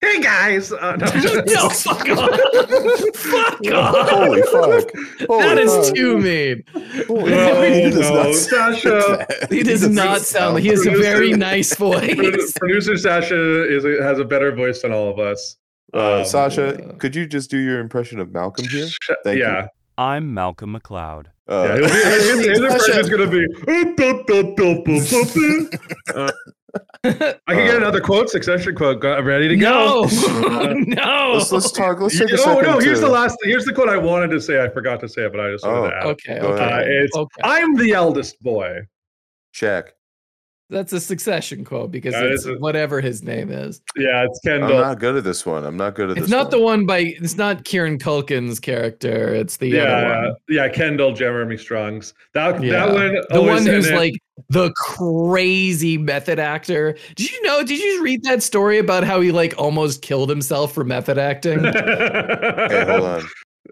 C: Hey guys, uh, no,
E: no, fuck off. fuck off.
D: Holy fuck! Holy
E: that is
D: fuck.
E: too mean.
D: Holy
C: No,
D: fuck. He does
C: no,
D: not sound
C: Sasha.
D: like that.
E: He does
D: doesn't
E: not sound. He has a
C: Producer-
E: very nice
C: Produ-
E: voice.
C: producer Sasha is a, has a better voice than all of us.
D: Uh,
C: Um,
D: Sasha, could you just do your impression of Malcolm here?
C: sh-
D: Thank you.
C: yeah,
F: I'm Malcolm McLeod.
C: yeah.
D: Uh,
C: His, his, his impression is
D: Sasha,
C: gonna be. Uh, I can get another quote, succession quote. Go- I'm ready to go.
E: no, no.
D: let's, let's talk. Let's take a
C: Oh
D: second.
C: no! Here's
D: to-
C: the last. Here's the quote I wanted to say. I forgot to say it, but I just wanted
D: Oh.
C: to add. it.
E: okay,
D: Go
E: okay,
C: Uh,
D: ahead.
C: it's
E: okay.
C: I'm the eldest boy.
D: Shaq.
E: That's a Succession quote because
C: That
E: it's
C: is a-
E: whatever his name is.
C: Yeah, it's
D: I'm
C: Kendall.
D: not good at this one. I'm not good at this.
E: It's not the one by. It's not Kieran Culkin's character. It's the other
C: yeah,
E: one.
C: yeah, Kendall Jeremy Strong's. That
E: Yeah.
C: that one.
E: The
C: always
E: one
C: said
E: who's
C: it.
E: like the crazy method actor. Did you know? Did you read that story about how he like almost killed himself for method acting?
D: Okay, hold on.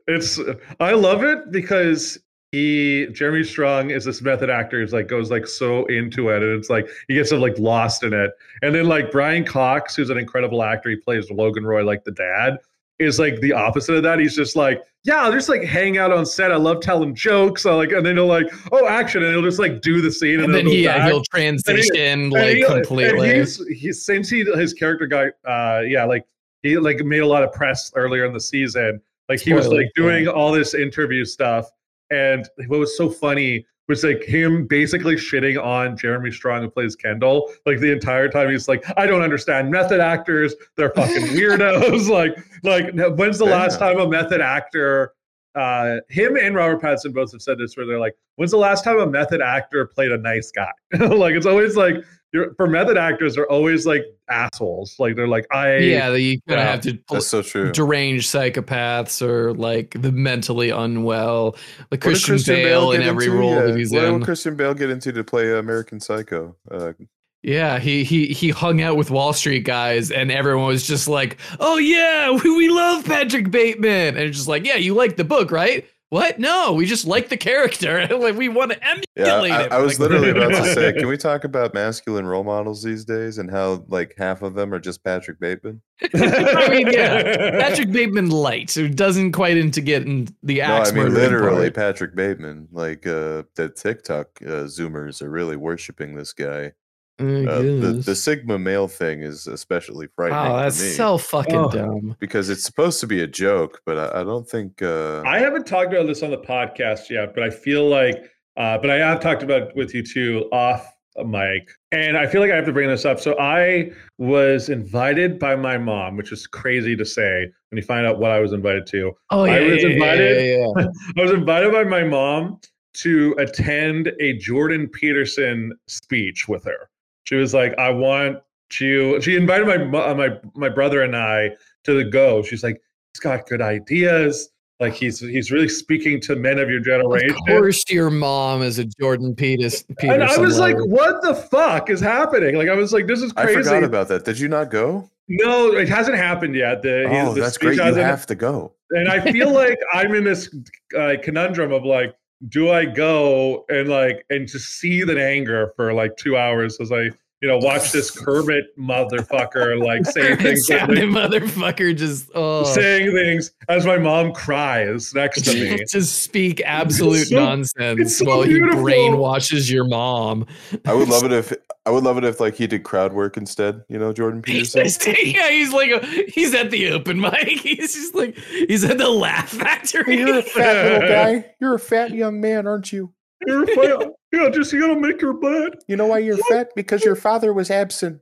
C: It's I love it because he Jeremy Strong is this method actor who's like goes like so into it, and it's like he gets so like lost in it. And then like Brian Cox, who's an incredible actor, he plays Logan Roy like the dad. Is like the opposite of that. He's just like, yeah, I'll just like hang out on set. I love telling jokes. I like, and then he'll like, oh, action, and he'll just like do the scene, and,
E: and then
C: he'll go
E: he yeah,
C: back.
E: he'll transition
C: And
E: like
C: he- and
E: completely.
C: he's, he's since he his character got uh yeah like he like made a lot of press earlier in the season. Like he was
E: Spoiler,
C: like doing all this interview stuff, and what was so funny was like him basically shitting on Jeremy Strong who plays Kendall. Like the entire time he's like, I don't understand method actors. They're fucking weirdos. like like when's the last
D: Yeah.
C: time a method actor? Uh, him and Robert Pattinson both have said this, where they're like, "When's the last time a method actor played a nice guy?" like it's always like you're, for method actors are always like assholes. Like they're like, I
E: Yeah, that you kind of
C: Yeah.
E: have to pull
D: That's so true.
E: deranged psychopaths or like the mentally unwell, like
D: What did
E: Christian, Bale in
D: get
E: every
D: into?
E: role
D: Yeah,
E: that he's
D: What did
E: in.
D: Christian Bale get into to play American Psycho? Uh,
E: Yeah, he he he hung out with Wall Street guys, and everyone was just like, "Oh yeah, we, we love Patrick Bateman," and it's just like, "Yeah, you like the book, right?" What? No, we just like the character. like we want to emulate
D: yeah, I,
E: it.
D: I was
E: Like-
D: literally about to say, can we talk about masculine role models these days and how like half of them are just Patrick Bateman?
E: I mean, yeah, Patrick Bateman light, who doesn't quite into getting the
D: No, I
E: axe
D: mean
E: murdering
D: literally
E: part.
D: Patrick Bateman. Like uh, the TikTok uh, Zoomers are really worshiping this guy.
E: I
D: Uh, the, the
E: guess.
D: Sigma male thing is especially frightening.
E: Wow,
D: to
E: that's
D: me.
E: so fucking
C: Oh.
E: dumb.
D: because it's supposed to be a joke, but I, I don't think. Uh,
C: I haven't talked about this on the podcast yet, but I feel like, uh, but I have talked about it with you too off mic, and I feel like I have to bring this up. So I was invited by my mom, which is crazy to say when you find out what I was invited to.
E: Oh yeah,
C: I was
E: yeah, yeah,
C: invited-
E: yeah, yeah.
C: I was invited by my mom to attend a Jordan Peterson speech with her. She was like, "I want you." She invited my mo- uh, my my brother and I to the go. She's like, "He's got good ideas. Like he's he's really speaking to men of your generation.
E: Of course, your mom is a Jordan Peters. Peterson
C: and I was like,
E: lover.
C: what the fuck is happening? Like I was like, this is
D: I
C: crazy.
D: forgot about that. Did you not go?
C: no, it hasn't happened yet. The, he-
D: Oh,
C: the
D: that's
C: speech
D: great. You
C: hasn't-
D: have to go.
C: and I feel like I'm in this uh, conundrum of like, do I go and like and to seethe in anger for like two hours as I you know watch this Kermit motherfucker like say things that-
E: Sounded motherfucker just oh,
C: saying things as my mom cries next to me.
E: just speak absolute
C: It's so-
E: nonsense
C: it's so
E: while
C: beautiful.
E: he brainwashes your mom.
D: I would love it if I would love it if like he did crowd work instead. You know, Jordan
E: He's
D: Peterson.
E: just- yeah, he's like a, he's at the open mic. He's just like he's at the laugh factory.
C: fat little
D: guy. You're a fat young man, aren't you?
C: You're fi- yeah, just you gotta make her mad.
D: You know why you're fat? Because your father was absent.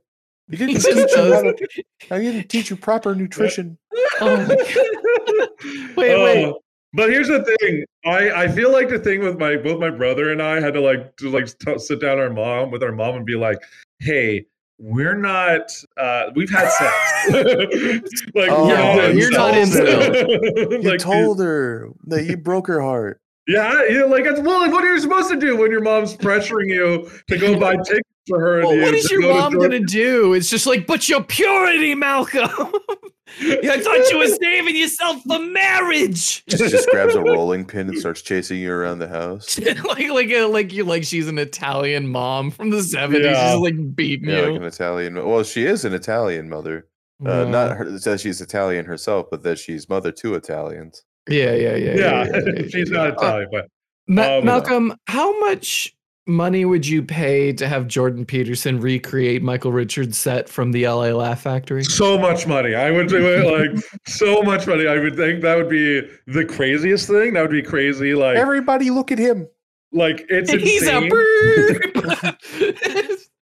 D: I
E: He just does.
D: I didn't teach you proper nutrition.
E: Oh my Wait, wait.
C: Um, But here's the thing. I, I feel like the thing with my both my brother and I had to like to like t- sit down our mom with our mom and be like, hey, we're not uh we've had sex. like
D: Oh,
C: we're
E: yeah,
C: not
E: you're not
C: incel.
D: You
C: like,
D: told her that you broke her heart.
C: yeah, yeah, like it's well, like, what are you supposed to do when your mom's pressuring you to go buy tickets for her? and
E: Well,
C: you
E: what is
C: to
E: your
C: go to
E: mom
C: Jordan-
E: gonna do? It's just like, but your purity, Malcolm. I thought you were saving yourself for marriage.
D: She just grabs a rolling pin and starts chasing you around the house.
E: like, like, a, like you, like she's an Italian mom from the seventies.
C: Yeah.
E: She's like beating
D: Yeah,
E: you.
D: like an Italian. Well, she is an Italian mother. Uh, Not her, that she's Italian herself, but that she's mother to Italians.
E: Yeah, yeah, yeah.
C: Yeah,
E: yeah,
C: she's
E: yeah.
C: not
E: Uh,
C: Italian, but
E: Ma-
C: Um,
E: Malcolm, how much money would you pay to have Jordan Peterson recreate Michael Richards' set from the LA Laugh Factory?
C: so much money. I would do it like so much money. I would think that would be the craziest thing. That would be crazy. Like,
D: Everybody, look at him.
C: like it's
E: And he's a
C: insane.
E: bird.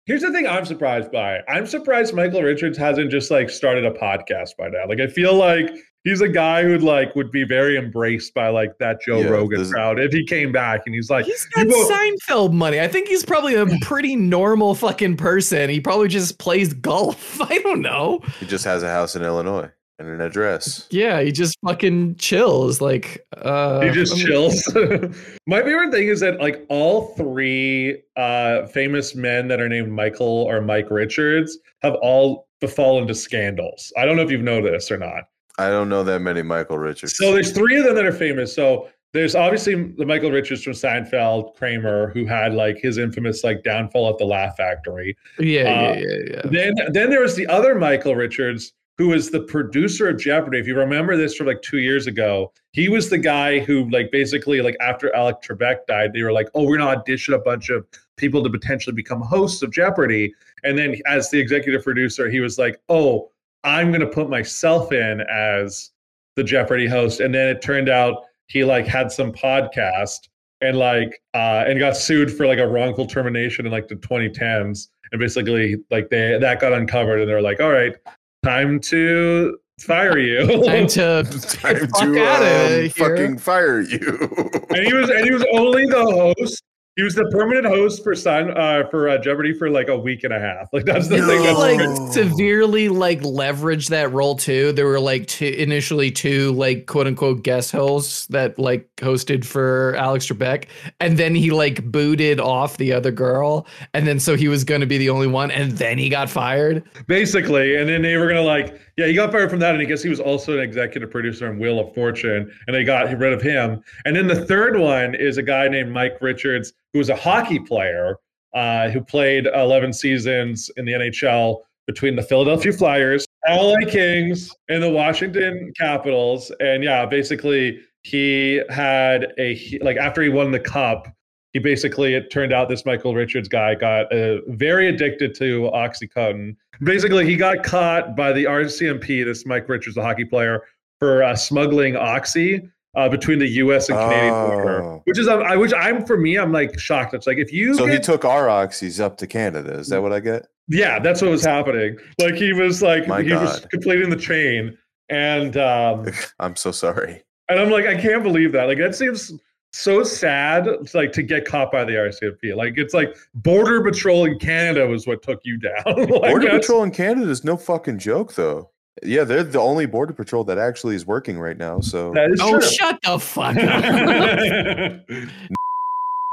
C: Here's the thing I'm surprised by. I'm surprised Michael Richards hasn't just like started a podcast by now. Like I feel like he's a guy who like would be very embraced by like that Joe
D: Yeah,
C: Rogan
D: this-
C: crowd if he came back and he's like,
E: He's got
C: You go-
E: Seinfeld money. I think he's probably a pretty normal fucking person. He probably just plays golf. I don't know.
D: He just has a house in Illinois and an address.
E: Yeah, he just fucking chills. Like uh
C: he just
E: I'm-
C: chills. My favorite thing is that like all three uh famous men that are named Michael or Mike Richards have all fallen to scandals. I don't know if you've noticed or not.
D: I don't know that many Michael Richards.
C: So there's three of them that are famous. So there's obviously the Michael Richards from Seinfeld, Kramer, who had like his infamous like downfall at the Laugh Factory.
E: Yeah,
C: Uh,
E: yeah, yeah, yeah.
C: Then then there was the other Michael Richards, who was the producer of Jeopardy. If you remember this from like two years ago, he was the guy who like basically like after Alec Trebek died, they were like, oh, we're gonna audition a bunch of people to potentially become hosts of Jeopardy. And then as the executive producer, he was like, oh, I'm going to put myself in as the Jeopardy host. And then it turned out he like had some podcast and like, uh, and got sued for like a wrongful termination in like the 2010s. And basically like they, that got uncovered and they're like, all right, time to fire you.
E: Time to
D: Time
E: Fuck outta here.
D: um, fucking fire you.
C: and he was, and he was only the host. He was the permanent host for sign uh, for uh, Jeopardy for like a week and a half. Like that's the
E: Did
C: thing.
E: they
C: That's
E: like
D: No.
E: severely like leverage that role too? There were like two initially two like quote unquote guest hosts that like hosted for Alex Trebek, and then he like booted off the other girl, and then so he was going to be the only one, and then he got fired.
C: basically. And then they were gonna like, yeah, he got fired from that, and I guess he was also an executive producer on Wheel of Fortune, and they got rid of him. And then the third one is a guy named Mike Richards, who was a hockey player uh, who played 11 seasons in the NHL between the Philadelphia Flyers, LA Kings, and the Washington Capitals. And yeah, basically he had a he- like after he won the cup. He basically, it turned out this Michael Richards guy got uh, very addicted to Oxycontin. Basically, he got caught by the RCMP, this Mike Richards, the hockey player, for uh, smuggling Oxy uh, between the US and Canadian border.
D: Oh.
C: Which is, um, I, which I'm, for me, I'm like shocked. It's like, if you.
D: so he
C: get-
D: took our oxys up to Canada. Is that what I get?
C: yeah, that's what was happening. Like he was like
D: My
C: he was
D: God.
C: completing the train, and um,
D: I'm so sorry.
C: and I'm like, I can't believe that. Like that seems so sad. It's like to get caught by the RCMP. Like it's like border patrol in Canada was what took you down. like,
D: Border
C: that's-
D: patrol in Canada is no fucking joke, though. Yeah, they're the only border patrol that actually is working right now. So
C: That is
E: Oh,
C: true.
E: shut the fuck up.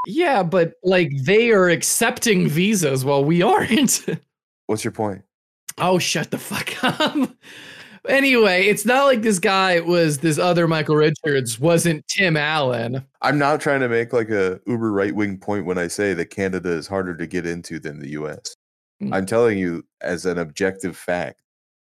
E: yeah, but like they are accepting visas while we aren't.
D: what's your point?
E: Oh, shut the fuck up. Anyway, it's not like this guy was this other Michael Richards wasn't Tim Allen.
D: I'm not trying to make like a uber right wing point when I say that Canada is harder to get into than the U.S.
E: Mm.
D: I'm telling you as an objective fact,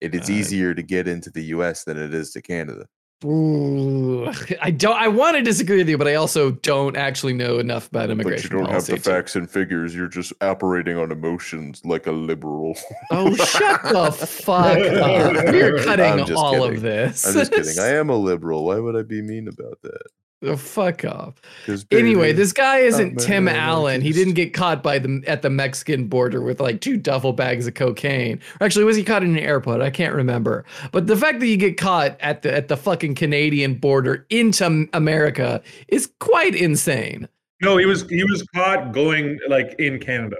D: it is
E: Uh,
D: easier to get into the U.S. than it is to Canada.
E: Ooh, I don't. I want to disagree with you, but I also don't actually know enough about
D: But
E: immigration
D: you don't have
E: policy.
D: the
E: to-
D: facts and figures. You're just operating on emotions like a liberal.
E: Oh, shut the fuck up! We're
D: I'm
E: cutting
D: just
E: all of
D: kidding.
E: this.
D: I'm just kidding. I am a liberal. Why would I be mean about that?
E: Oh, fuck off.
D: 'Cause,
E: Anyway,
D: baby,
E: this guy isn't Tim
D: Oh, man,
E: Allen. He
D: just-
E: didn't get caught by the at the Mexican border with like two duffel bags of cocaine. Or actually, was he caught in an airport? I can't remember. But the fact that you get caught at the at the fucking Canadian border into America is quite insane.
C: no, he was he was caught going like in Canada.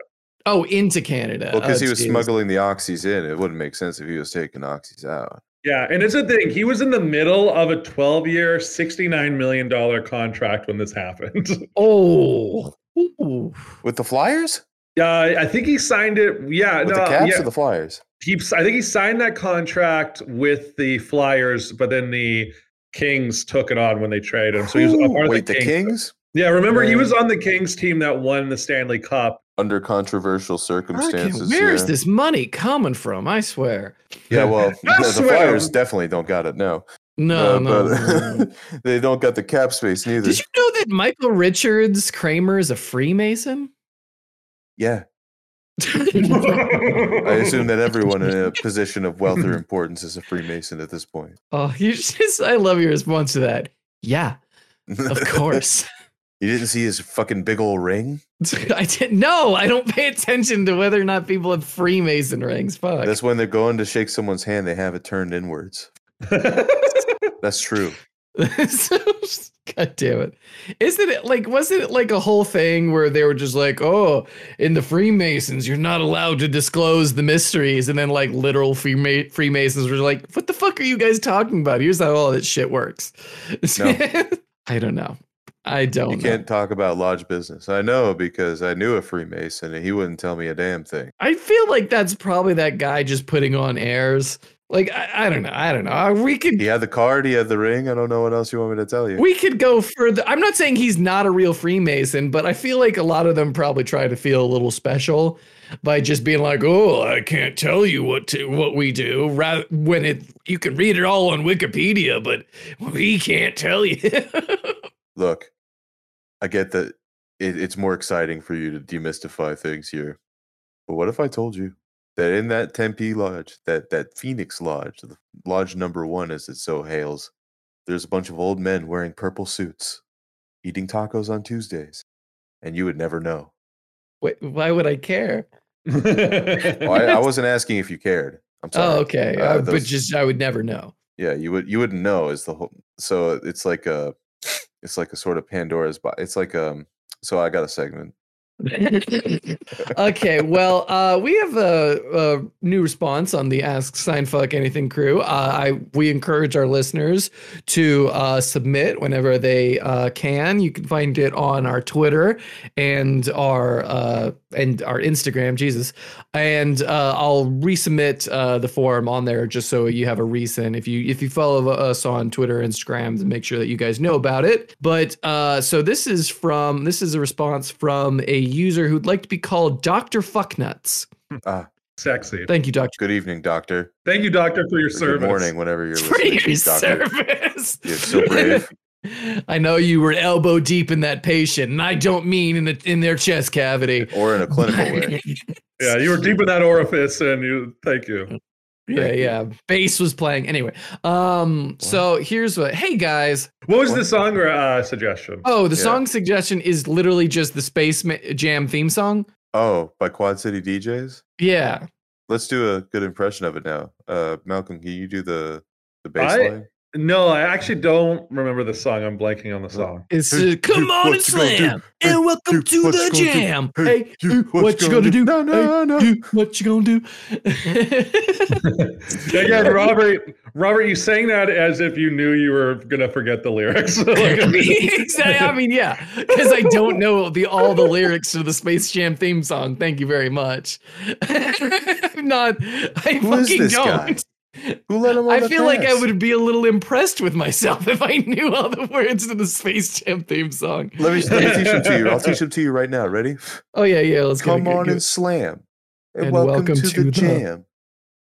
E: Oh, into Canada.
D: Well, because
E: Oh,
D: he was
E: geez.
D: smuggling the oxys in, it wouldn't make sense if he was taking oxys out.
C: Yeah, and it's a thing. He was in the middle of a 12-year, $69 million contract when this happened.
E: Oh. Ooh.
D: With the Flyers?
C: Uh, I think he signed it. Yeah, no,
D: With the Caps
C: yeah.
D: or the Flyers?
C: he, I think he signed that contract with the Flyers, but then the Kings took it on when they traded him. So he was a
D: Whew,
C: part of
D: Wait,
C: the
D: the
C: Kings.
D: Kings?
C: Yeah, remember he
D: Yeah.
C: was on the Kings team that won the Stanley Cup.
D: Under controversial
E: Fucking,
D: circumstances.
E: where's
D: yeah.
E: this money coming from? I swear.
D: Yeah, well,
C: I
D: the, the
C: swear.
D: Flyers definitely don't got it. No,
E: No,
D: Uh,
E: no,
D: but
E: no, no.
D: they don't got the cap space neither.
E: Did you know that Michael Richards Kramer is a Freemason?
D: yeah, I
C: I
D: assume that everyone in a position of wealth or importance is a Freemason at this point.
E: oh, you just I love your response to that. Yeah, of course.
D: you didn't see his fucking big old ring.
E: I didn't no, I don't pay attention to whether or not people have Freemason rings. Fuck.
D: That's when they're going to shake someone's hand. They have it turned inwards. That's true.
E: God damn it. Isn't it like wasn't it like a whole thing where they were just like, oh, in the Freemasons, you're not allowed to disclose the mysteries, and then like literal Freema- Freemasons were like, what the fuck are you guys talking about? Here's how all that shit works.
D: No.
E: I don't know. I
D: You
E: don't know.
D: can't talk about lodge business. I know because I knew a Freemason and he wouldn't tell me a damn thing.
E: I feel like that's probably that guy just putting on airs. Like I, I don't know. I don't know. Uh, We could
D: He had the card. He had the ring. I don't know what else you want me to tell you.
E: we could go further. I'm not saying he's not a real Freemason, but I feel like a lot of them probably try to feel a little special by just being like, "Oh, I can't tell you what to what we do." Rather, when it you can read it all on Wikipedia, but we can't tell you.
D: Look, I get that it, it's more exciting for you to demystify things here, but what if I told you that in that Tempe lodge, that that Phoenix lodge, the lodge number one, as it so hails, there's a bunch of old men wearing purple suits, eating tacos on Tuesdays, and you would never know.
E: Wait, why would I care?
D: Oh, I, I wasn't asking if you cared. I'm sorry.
E: Oh, okay.
D: Uh,
E: Uh, but
D: those-
E: just I would never know.
D: yeah you would you wouldn't know is the whole so it's like a it's like a sort of pandora's box it's like um so i got a segment
E: okay, well, uh, we have a, a new response on the Ask Sign Fuck Anything crew. Uh, I we encourage our listeners to uh, submit whenever they uh, can. You can find it on our Twitter and our uh, and our Instagram. Jesus, and uh, I'll resubmit uh, the form on there just so you have a reason. If you if you follow us on Twitter, Instagram, then make sure that you guys know about it. But uh, so this is from this is a response from a user who'd like to be called Doctor Fucknuts.
C: Sexy.
E: Thank you, Doctor.
D: good evening doctor
C: Thank you, Doctor, for your
D: or
C: service.
D: good morning whenever you're
E: For
D: listening
E: your
D: doctor.
E: service.
D: you're so brave
E: I know you were elbow deep in that patient, and I don't mean in the, in their chest cavity.
D: or in a clinical way
C: Yeah, you were deep in that orifice, and you. Thank you.
E: yeah, yeah. Bass was playing anyway. Um, so here's what. Hey guys.
C: What was the song or uh, suggestion?
E: Oh, the
D: Yeah.
E: song suggestion is literally just the Space Ma- Jam theme song.
D: oh by quad city djs
E: Yeah.
D: let's do a good impression of it now uh malcolm can you do the the
C: I-
D: bass line
C: No, I actually don't remember the song. I'm blanking on the song.
E: It's
D: Hey,
E: uh, come
D: hey,
E: on and
D: what you gonna do?
E: slam,
D: Hey,
E: and welcome
D: you-
E: to
D: what
E: the
D: you gonna do?
E: jam.
D: Hey,
E: Hey,
D: you-
E: you,
D: what
E: what
D: you
E: you
D: gonna
E: gonna
D: do?
E: do?
D: No, no,
E: Hey,
D: no.
E: you, what you gonna do?
C: Again, Robert, Robert, you sang that as if you knew you were gonna forget the lyrics. Like, I mean,
E: exactly. I mean, yeah, because I don't know the all the lyrics to the Space Jam theme song. Thank you very much. I'm not. I
D: Who is
E: fucking
D: this
E: don't.
D: guy? Who let him on
E: I
D: the
E: feel like I
D: pass?
E: would be a little impressed with myself if I knew all the words to the Space Jam theme song.
D: Let me, let me teach them to you. I'll teach them to you right now. Ready?
E: Oh yeah, yeah. Let's go,
D: Come
E: go,
D: on
E: go.
D: and slam. And,
E: And
D: welcome,
E: welcome
D: to,
E: to
D: the,
E: the-
D: jam.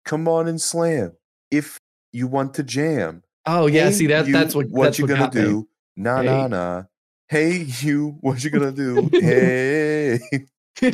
D: Come on and slam. If you want to jam.
E: Oh yeah,
D: Hey,
E: see that
D: you,
E: that's what
D: what
E: that's
D: you
E: what
D: gonna
E: got me.
D: do. Na
E: Hey.
D: na na. Hey you, what you gonna do? hey.
E: you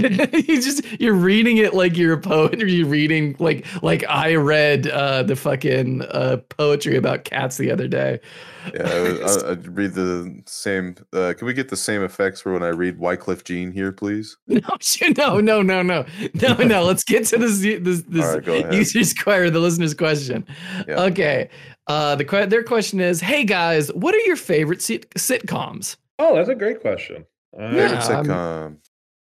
E: just you're reading it like you're a poet or you're reading like like I read uh the fucking uh poetry about cats the other day.
D: Yeah, I, would- I, I'd read the same. Uh, can we get the same effects for when I read Wycliffe Jean here, please?
E: No, shit, no, no, no, no, no, no. Let's get to this. This, this
D: All right, go ahead.
E: user's query, the listener's question.
D: Yeah.
E: Okay, uh, the que- their question is, hey guys, what are your favorite sit- sitcoms?
C: oh, that's a great question. Uh,
E: Yeah.
D: Favorite
E: I'm-
D: sitcom.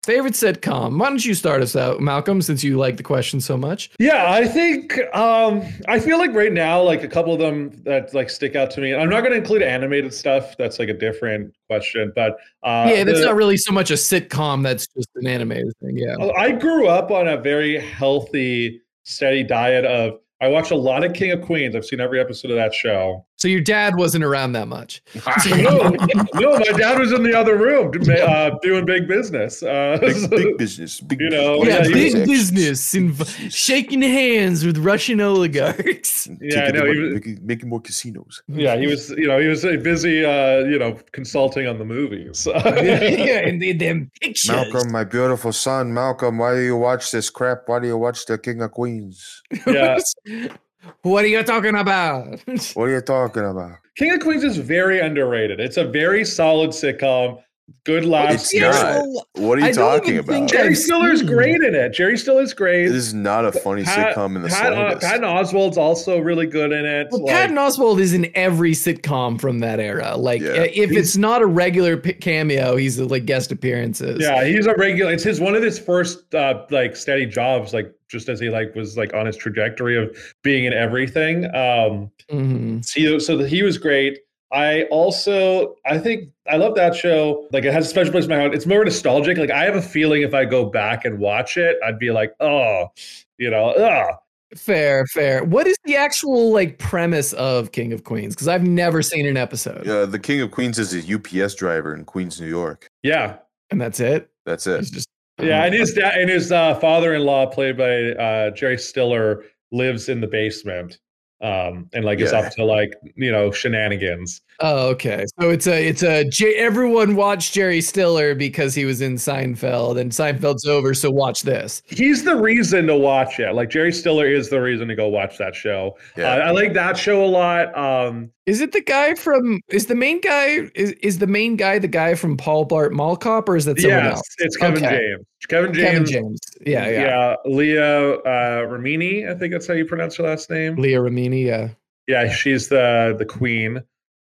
E: Favorite sitcom? Why don't you start us out, Malcolm, since you like the question so much?
C: Yeah, I think um I feel like right now, like a couple of them that like stick out to me. I'm not gonna include animated stuff. That's like a different question, but uh
E: yeah, that's
C: the- uh,
E: not really so much a sitcom. That's just an animated thing. Yeah.
C: I grew up on a very healthy, steady diet of I watched a lot of King of Queens. I've seen every episode of that show.
E: So your dad wasn't around that much.
C: no, no, my dad was in the other room uh, doing big business. Uh,
D: Big,
C: so-
D: big business. Big
C: You know,
D: business,
C: yeah,
E: yeah,
C: you-
E: big
D: transactions.
E: business inv- shaking hands with Russian oligarchs.
C: Yeah, I
D: Taking
C: know,
D: away-
C: he was-
D: making, making more casinos.
C: yeah, he was, you know, he was uh, busy, uh, you know, consulting on the movies.
E: yeah, and they, them pictures.
D: Malcolm, my beautiful son, Malcolm, why do you watch this crap? Why do you watch the King of Queens?
C: yeah.
E: What are you talking about?
D: What are you talking about?
C: King of Queens is very underrated. It's a very solid sitcom. Good laughs.
D: It's not. What are you
E: I don't
D: talking
E: even think
D: about?
E: that-
C: Jerry
E: I've
C: Stiller's
E: seen
C: great in it. Jerry Stiller's great.
D: This is not a funny
C: Pat-
D: sitcom in the
C: Pat, uh,
D: slightest.
C: Patton Oswald's also really good in it.
E: Well,
C: like-
E: Patton Oswald is in every sitcom from that era. Like,
D: Yeah.
E: uh, if it's not a regular p- cameo, he's uh, like guest appearances.
C: yeah, he's a regular. It's his one of his first uh, like steady jobs. Like just as he like was like on his trajectory of being in everything. Um,
E: Mhm.
C: so, so that he was great. I also I think I love that show. Like it has a special place in my heart. It's more nostalgic. Like I have a feeling if I go back and watch it, I'd be like, oh, you know, "Ah, ugh.
E: Fair, fair. What is the actual like premise of King of Queens? Because I've never seen an episode,
D: Uh, the King of Queens is a UPS driver in Queens, New York.
C: yeah,
E: and that's it.
D: That's
E: It's
D: it.
E: just
C: yeah. And his dad and his uh, father-in-law, played by uh, Jerry Stiller, lives in the basement. Um, and like is
D: Yeah.
C: up to like you know shenanigans.
E: Oh, okay. So it's a it's a J- everyone watched Jerry Stiller because he was in Seinfeld, and Seinfeld's over, so watch this.
C: He's the reason to watch it. Like Jerry Stiller is the reason to go watch that show. Uh, I like that show a lot. Um,
E: Is it the guy from? Is the main guy? Is is the main guy the guy from Paul Bart Mall Cop, or is that someone
C: yes,
E: else?
C: it's Kevin
E: Okay.
C: James. Kevin James.
E: Kevin James. Yeah, yeah.
C: Leah uh, Ramini, I think that's how you pronounce her last name.
E: Leah Ramini. Yeah.
C: yeah, she's the the queen,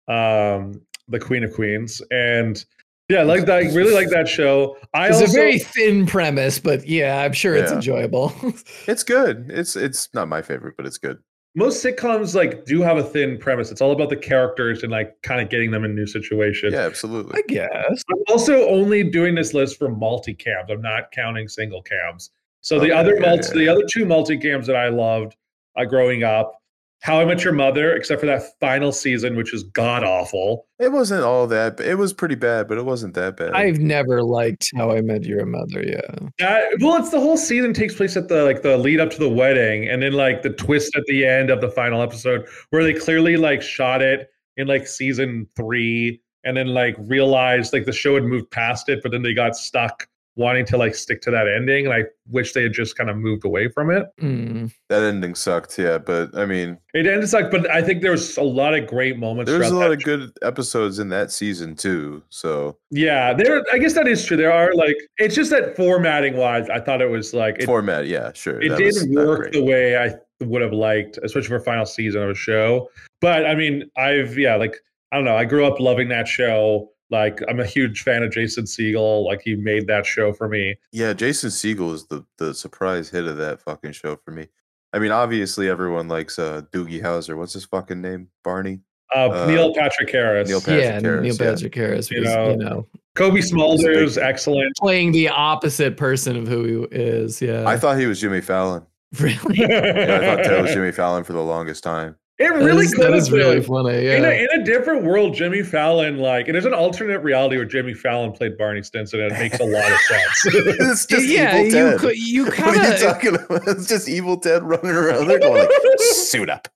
C: um, the queen of queens, and yeah, I like that. I Really like that show. I
E: It's
C: also
E: a very thin premise, but yeah, I'm sure it's
D: Yeah.
E: enjoyable.
D: It's good. It's it's not my favorite, but it's good.
C: most sitcoms like do have a thin premise. It's all about the characters and like kind of getting them in new situations.
D: Yeah, absolutely.
E: I guess.
C: I'm also only doing this list for multicams. I'm not counting single cams. So the
D: Okay,
C: other
D: yeah,
C: multi,
D: yeah,
C: the other two multicams that I loved uh, growing up, How I Met Your Mother, except for that final season, which is god awful.
D: It wasn't all that. It was pretty bad, but it wasn't that bad.
E: I've never liked How I Met Your Mother. Yeah.
C: That well, it's the whole season takes place at the like the lead up to the wedding, and then like the twist at the end of the final episode, where they clearly like shot it in like season three, and then like realized like the show had moved past it, but then they got stuck wanting to like stick to that ending, and I wish they had just kind of moved away from it.
E: Mm.
D: That ending sucked, yeah. But I mean,
C: It ended like, but I think there was a lot of great moments.
D: there's a
C: throughout
D: lot
C: that
D: of good episodes in that season too. So
C: Yeah, there. I guess that is true. There are like it's just that formatting wise, I thought it was like it,
D: format, yeah, sure.
C: it
D: that was
C: didn't
D: not
C: work
D: great.
C: the way I would have liked, especially for final season of a show. But I mean, I've yeah, like I don't know. I grew up loving that show. Like I'm a huge fan of Jason Segel. Like he made that show for me.
D: Yeah, Jason Siegel is the the surprise hit of that fucking show for me. I mean, obviously everyone likes uh Doogie Howser. What's his fucking name? Barney.
C: Uh,
D: Uh,
C: Neil Patrick Harris,
D: Neil Patrick
E: Yeah,
D: Harris,
E: Neil
D: yeah.
E: Patrick Harris
C: You
E: was,
C: know.
E: you know,
C: Kobe
D: He's
C: Smulders,
D: a big-
C: excellent.
E: playing the opposite person of who he is. Yeah.
D: I thought he was Jimmy Fallon.
E: really?
D: Yeah, I thought that was Jimmy Fallon for the longest time.
C: it
E: That
C: really
E: is-
C: could
E: that
C: have
E: is really
C: been.
E: funny.
C: In
E: Yeah.
C: a, in a different world, Jimmy Fallon, like, and there's an alternate reality where Jimmy Fallon played Barney Stinson, and it makes a lot of sense.
D: it's just
E: yeah,
D: evil
E: you
D: Ted.
E: could, you
D: what are you
E: kind of
D: talking about? It's just evil Ted running around. They're going like, suit up.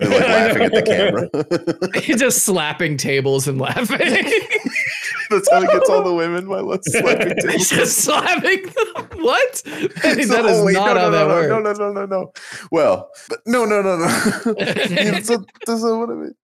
D: They're like laughing at the camera.
E: just slapping tables and laughing.
D: That's how he gets all the women by let's slapping tables.
E: just slapping them. What? That is
D: So- oh, wait,
E: not
D: no,
E: how
D: no,
E: that
D: no,
E: works.
D: no, no, no, no, no. Well, but no, no, no, no. that's, not, that's not what I mean.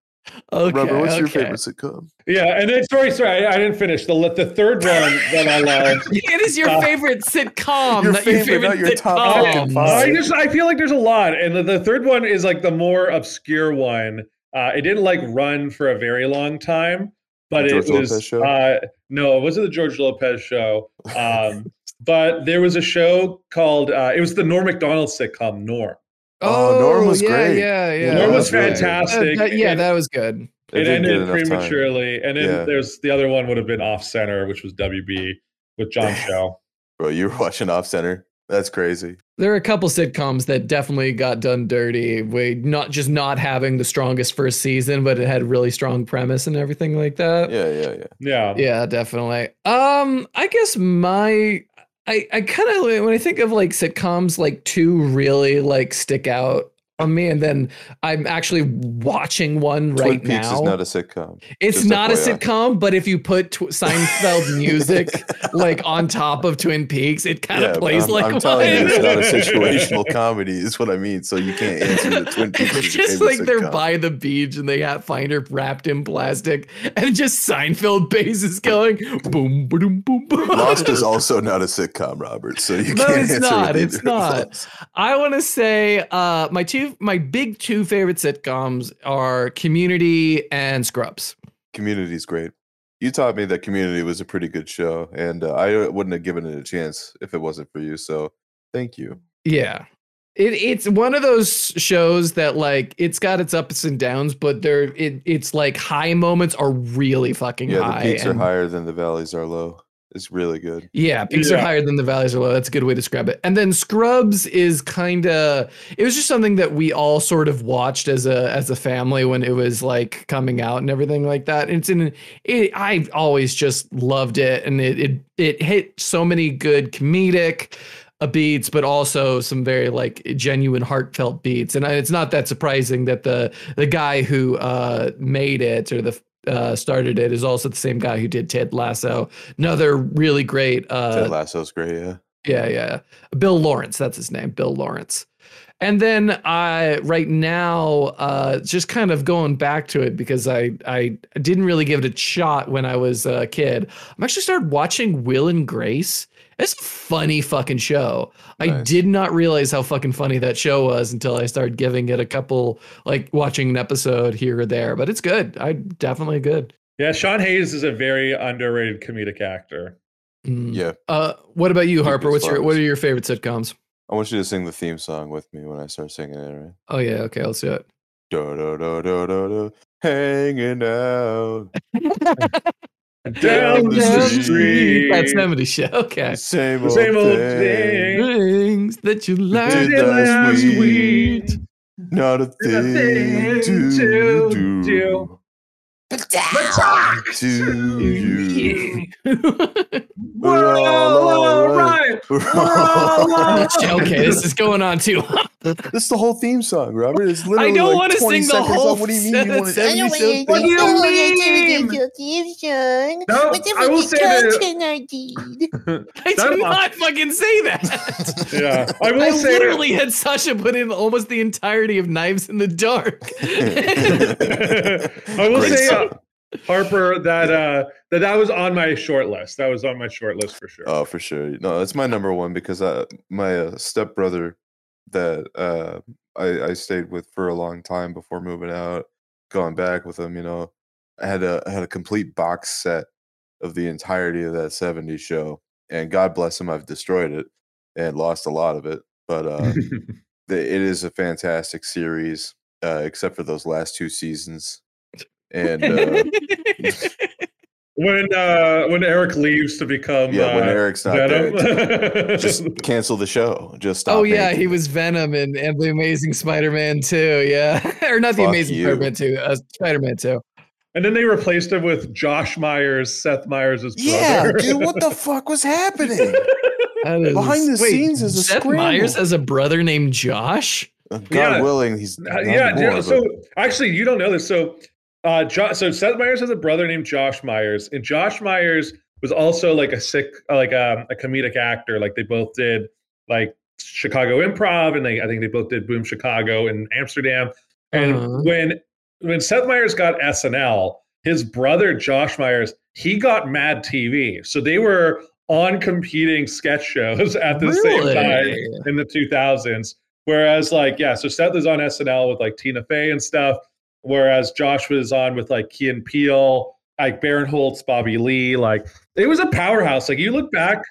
E: Okay,
D: Robert, what's your
E: okay.
D: favorite sitcom?
C: Yeah, and then sorry, sorry, I, I didn't finish the the third one that I loved.
E: It is your
C: Uh,
E: favorite sitcom,
D: your
E: not your
D: favorite,
E: favorite
D: not your top fucking
E: sitcom.
D: five.
C: I just I feel like there's a lot, and the, the third one is like the more obscure one. Uh, it didn't like run for a very long time, but
D: The
C: it
D: George
C: was
D: Lopez show?
C: Uh, no, it wasn't the George Lopez show. Um, but there was a show called uh, it was the Norm Macdonald sitcom Norm.
D: Oh, Norm was
E: yeah,
D: great.
E: Yeah, yeah,
C: Norm
D: Norm that
C: was
D: was really good.
C: fantastic.
E: Uh, that- yeah,
C: It-
E: that was good.
D: They
C: it
D: didn't get
C: ended
D: enough time.
C: prematurely, and then
D: Yeah.
C: there's the other one would have been Off Center, which was WB with John Show.
D: Bro, you were watching Off Center. That's crazy.
E: There are a couple sitcoms that definitely got done dirty. We not just not having the strongest first season, but it had really strong premise and everything like that.
D: Yeah, yeah, yeah.
C: Yeah,
E: yeah definitely um i guess my i i kind of when i think of like sitcoms like two really like stick out on me and then i'm actually watching one
D: Twin
E: right
D: Peaks
E: now
D: is not a sitcom.
E: it's
D: just
E: not a
D: FYI.
E: sitcom but if you put tw- seinfeld music like on top of twin peaks it kind of
D: but
E: plays
D: I'm,
E: like
D: I'm telling you,
E: one.
D: it's not a situational comedy. Is what I mean. So you can't answer the Twin Peaks.
E: It's
D: is your
E: just
D: favorite
E: like they're
D: sitcom.
E: by the beach and they have find her wrapped in plastic and just Seinfeld bass is going boom boom boom boom.
D: Lost is also not a sitcom, Robert. So you
E: No,
D: can't
E: it's
D: answer
E: not,
D: with
E: it's
D: either of
E: not.
D: those.
E: I want to say uh, my two my big two favorite sitcoms are Community and Scrubs.
D: Community's great. You taught me that Community was a pretty good show, and uh, I wouldn't have given it a chance if it wasn't for you. So thank you.
E: Yeah. It, it's one of those shows that like it's got its ups and downs, but there it, it's like high moments are really fucking
D: Yeah,
E: high.
D: the peaks are
E: and-
D: higher than the valleys are low. It's really good.
E: Yeah, peaks are
C: Yeah.
E: higher than the valleys are low. That's a good way to describe it. And then Scrubs is kind of it was just something that we all sort of watched as a as a family when it was like coming out and everything like that. It's in it, I've always just loved it, and it it it hit so many good comedic uh, beats but also some very like genuine heartfelt beats and I- it's not that surprising that the the guy who uh made it or the uh started it is also the same guy who did ted lasso another really great uh
D: Ted Lasso's great. Yeah,
E: yeah, yeah. Bill Lawrence, that's his name, Bill Lawrence. And then I right now uh just kind of going back to it because I I didn't really give it a shot when I was a kid. I'm actually started watching Will and Grace. It's a funny fucking show. I
D: Nice.
E: did not realize how fucking funny that show was until I started giving it a couple like watching an episode here or there, but it's good. I definitely good.
C: yeah. Sean Hayes is a very underrated comedic actor.
E: Mm.
D: yeah.
E: Uh what about you,
D: Keep
E: Harper?
D: these
E: What's your
D: files.
E: what are your favorite sitcoms?
D: I want you to sing the theme song with me when I start singing it. Right?
E: Oh yeah, okay, let's do it.
D: Do do do do do do. Hanging out,
C: Down the
D: Down the
C: street.
E: That's Family Show. Okay.
D: same
C: The
D: old,
C: same old
D: thing.
C: thing.
E: Things that you
D: Did
E: learned.
D: that
C: last
D: last
C: week.
D: week. Not a thing,
C: thing to
D: to, do.
C: do.
D: To you.
C: We're all alright.
D: We're
C: all
D: all
C: alright.
E: okay, this is going on too long.
D: This is the whole theme song, Robert. It's literally
E: I don't
D: want to
E: sing the whole.
D: What do you mean you want
E: sentence.
D: to sing?
C: What do you mean? No, I will say that.
G: that.
E: I
C: That-
E: did not fucking say that.
C: Yeah, I will
E: I
C: say
E: literally had Sasha put in almost the entirety of Knives in the Dark.
C: that. I will
D: Great
C: say, uh,
D: song.
C: Harper, that uh, that that was on my short list. That was on my short list for sure.
D: Oh, for sure. No, that's my number one because I, my uh, stepbrother that uh, I, I stayed with for a long time before moving out, going back with him, you know, I had a I had a complete box set of the entirety of that 70s show. And God bless him, I've destroyed it and lost a lot of it. But uh, the, it is a fantastic series, uh, except for those last two seasons. And uh,
C: when uh, when Eric leaves to become
D: yeah, when
C: uh,
D: Eric's not
C: Venom.
D: there, just cancel the show. Just stop.
E: oh yeah,
D: making
E: he
D: it.
E: was Venom and, and the Amazing Spider-Man 2, yeah. or not the
D: Fuck
E: Amazing
D: you.
E: Spider-Man 2, uh, Spider-Man 2.
C: and then they replaced him with Josh Myers, Seth Myers' brother.
D: Yeah, dude, what the fuck was happening?
E: That is-
D: Behind the scenes is a
E: Seth Myers
D: scramble.
E: has a brother named Josh.
D: Uh, God
C: Yeah.
D: willing, he's
C: Uh,
D: not
C: yeah,
D: more,
C: yeah,
D: but-
C: so actually you don't know this so uh jo- so seth meyers has a brother named josh myers and josh myers was also like a sick uh, like um, a comedic actor like they both did like chicago improv and they i think they both did boom chicago and amsterdam and
E: Uh-huh.
C: when when seth meyers got snl his brother josh myers he got mad tv so they were on competing sketch shows at the same time
E: Really?
C: in the 2000s. Whereas, like, yeah, so Seth was on SNL with like Tina Fey and stuff. Whereas Josh was on with like Kean Peele, like Baron Holtz, Bobby Lee. Like, it was a powerhouse. Like, you look back,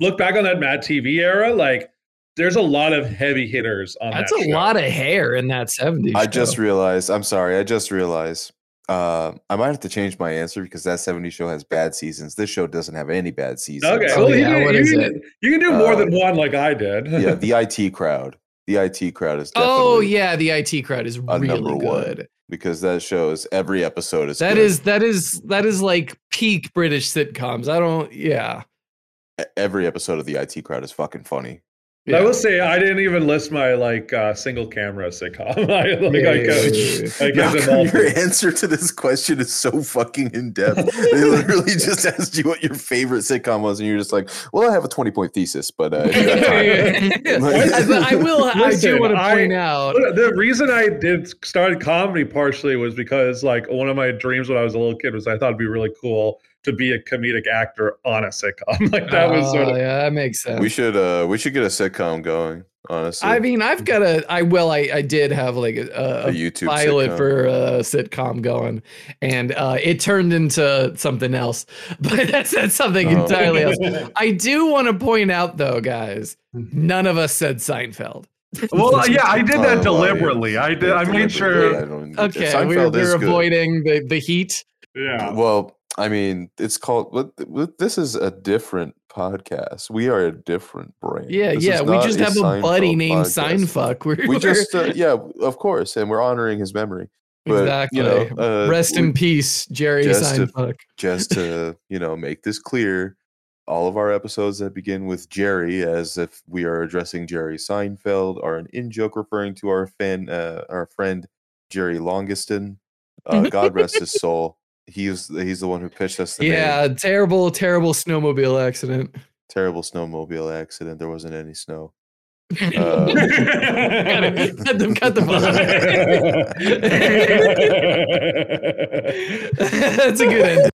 C: look back on that Mad TV era. Like, there's a lot of heavy hitters on
E: That's
C: that
E: a
C: show.
E: lot of hair in that 70s.
D: I
E: show.
D: just realized. I'm sorry. I just realized. Uh, I might have to change my answer because that 70 show has bad seasons. This show doesn't have any bad seasons.
C: Okay,
E: Oh,
C: well, you,
E: yeah,
C: can-
E: what
C: you
E: is
C: can,
E: it?
C: you can do more
D: Uh,
C: than one, like I did.
D: yeah, the IT crowd. The IT crowd is definitely
E: Oh yeah, the IT crowd is
D: A
E: really
D: number one.
E: good.
D: because that show is every episode is
E: That
D: good.
E: is that is that is like peak British sitcoms. I don't yeah.
D: E- every episode of the IT crowd is fucking funny.
C: I
E: Yeah.
C: will say I didn't even list my like uh, single camera sitcom. I, like,
E: Yeah,
C: I
E: yeah,
C: go-
E: yeah, yeah.
C: I go to
D: Malcolm, your
C: multi-
D: answer to this question is so fucking in depth. they literally just asked you what your favorite sitcom was, and you're just like, "Well, I have a 20 point thesis, but uh, if you got time."
E: I, I will. I
C: Listen,
E: do want to
C: I-
E: point out.
C: Well, the reason I did started comedy partially was because like one of my dreams when I was a little kid was I thought it'd be really cool to be a comedic actor on a sitcom. Like that was sort
E: Oh,
C: of
E: yeah, that makes sense.
D: we should uh, we should get a sitcom going. Honestly,
E: I mean, I've got a. I well, I I did have like a,
D: a
E: a, a
D: YouTube
E: pilot
D: sitcom.
E: for a sitcom going, and uh, it turned into something else. But that's, that's something
D: Oh.
E: entirely else. I do want to point out though, guys, none of us said Seinfeld.
C: Mm-hmm. well, uh, yeah, I did
D: Oh,
C: that
D: well, yeah.
C: deliberately. I did. I
D: Deliberately,
C: made sure.
D: I don't-
E: Okay,
D: Oh. Seinfeld
E: we're,
D: is
E: we're
D: good.
E: avoiding the the heat.
C: Yeah.
D: Well, I mean, it's called. what- what- This is a different podcast. We are a different brand.
E: Yeah,
D: This
E: yeah.
D: is
E: We
D: not
E: just have a buddy
D: Seinfeld
E: named
D: podcast.
E: Seinfuck. We're,
D: We
E: we're-
D: just, uh, yeah, of course, and we're honoring his memory. But,
E: exactly.
D: You know, uh,
E: Rest
D: we-
E: in peace, Jerry
D: just to-
E: Seinfuck.
D: just to you know make this clear all of our episodes that begin with jerry as if we are addressing jerry seinfeld are an in-joke referring to our fan uh, our friend jerry longiston uh, god rest his soul he's he's the one who pitched us the name.
E: Yeah, terrible, terrible snowmobile accident.
D: terrible snowmobile accident there wasn't any snow Uh,
E: Cut it. Cut the- cut the buzzer. That's a good end.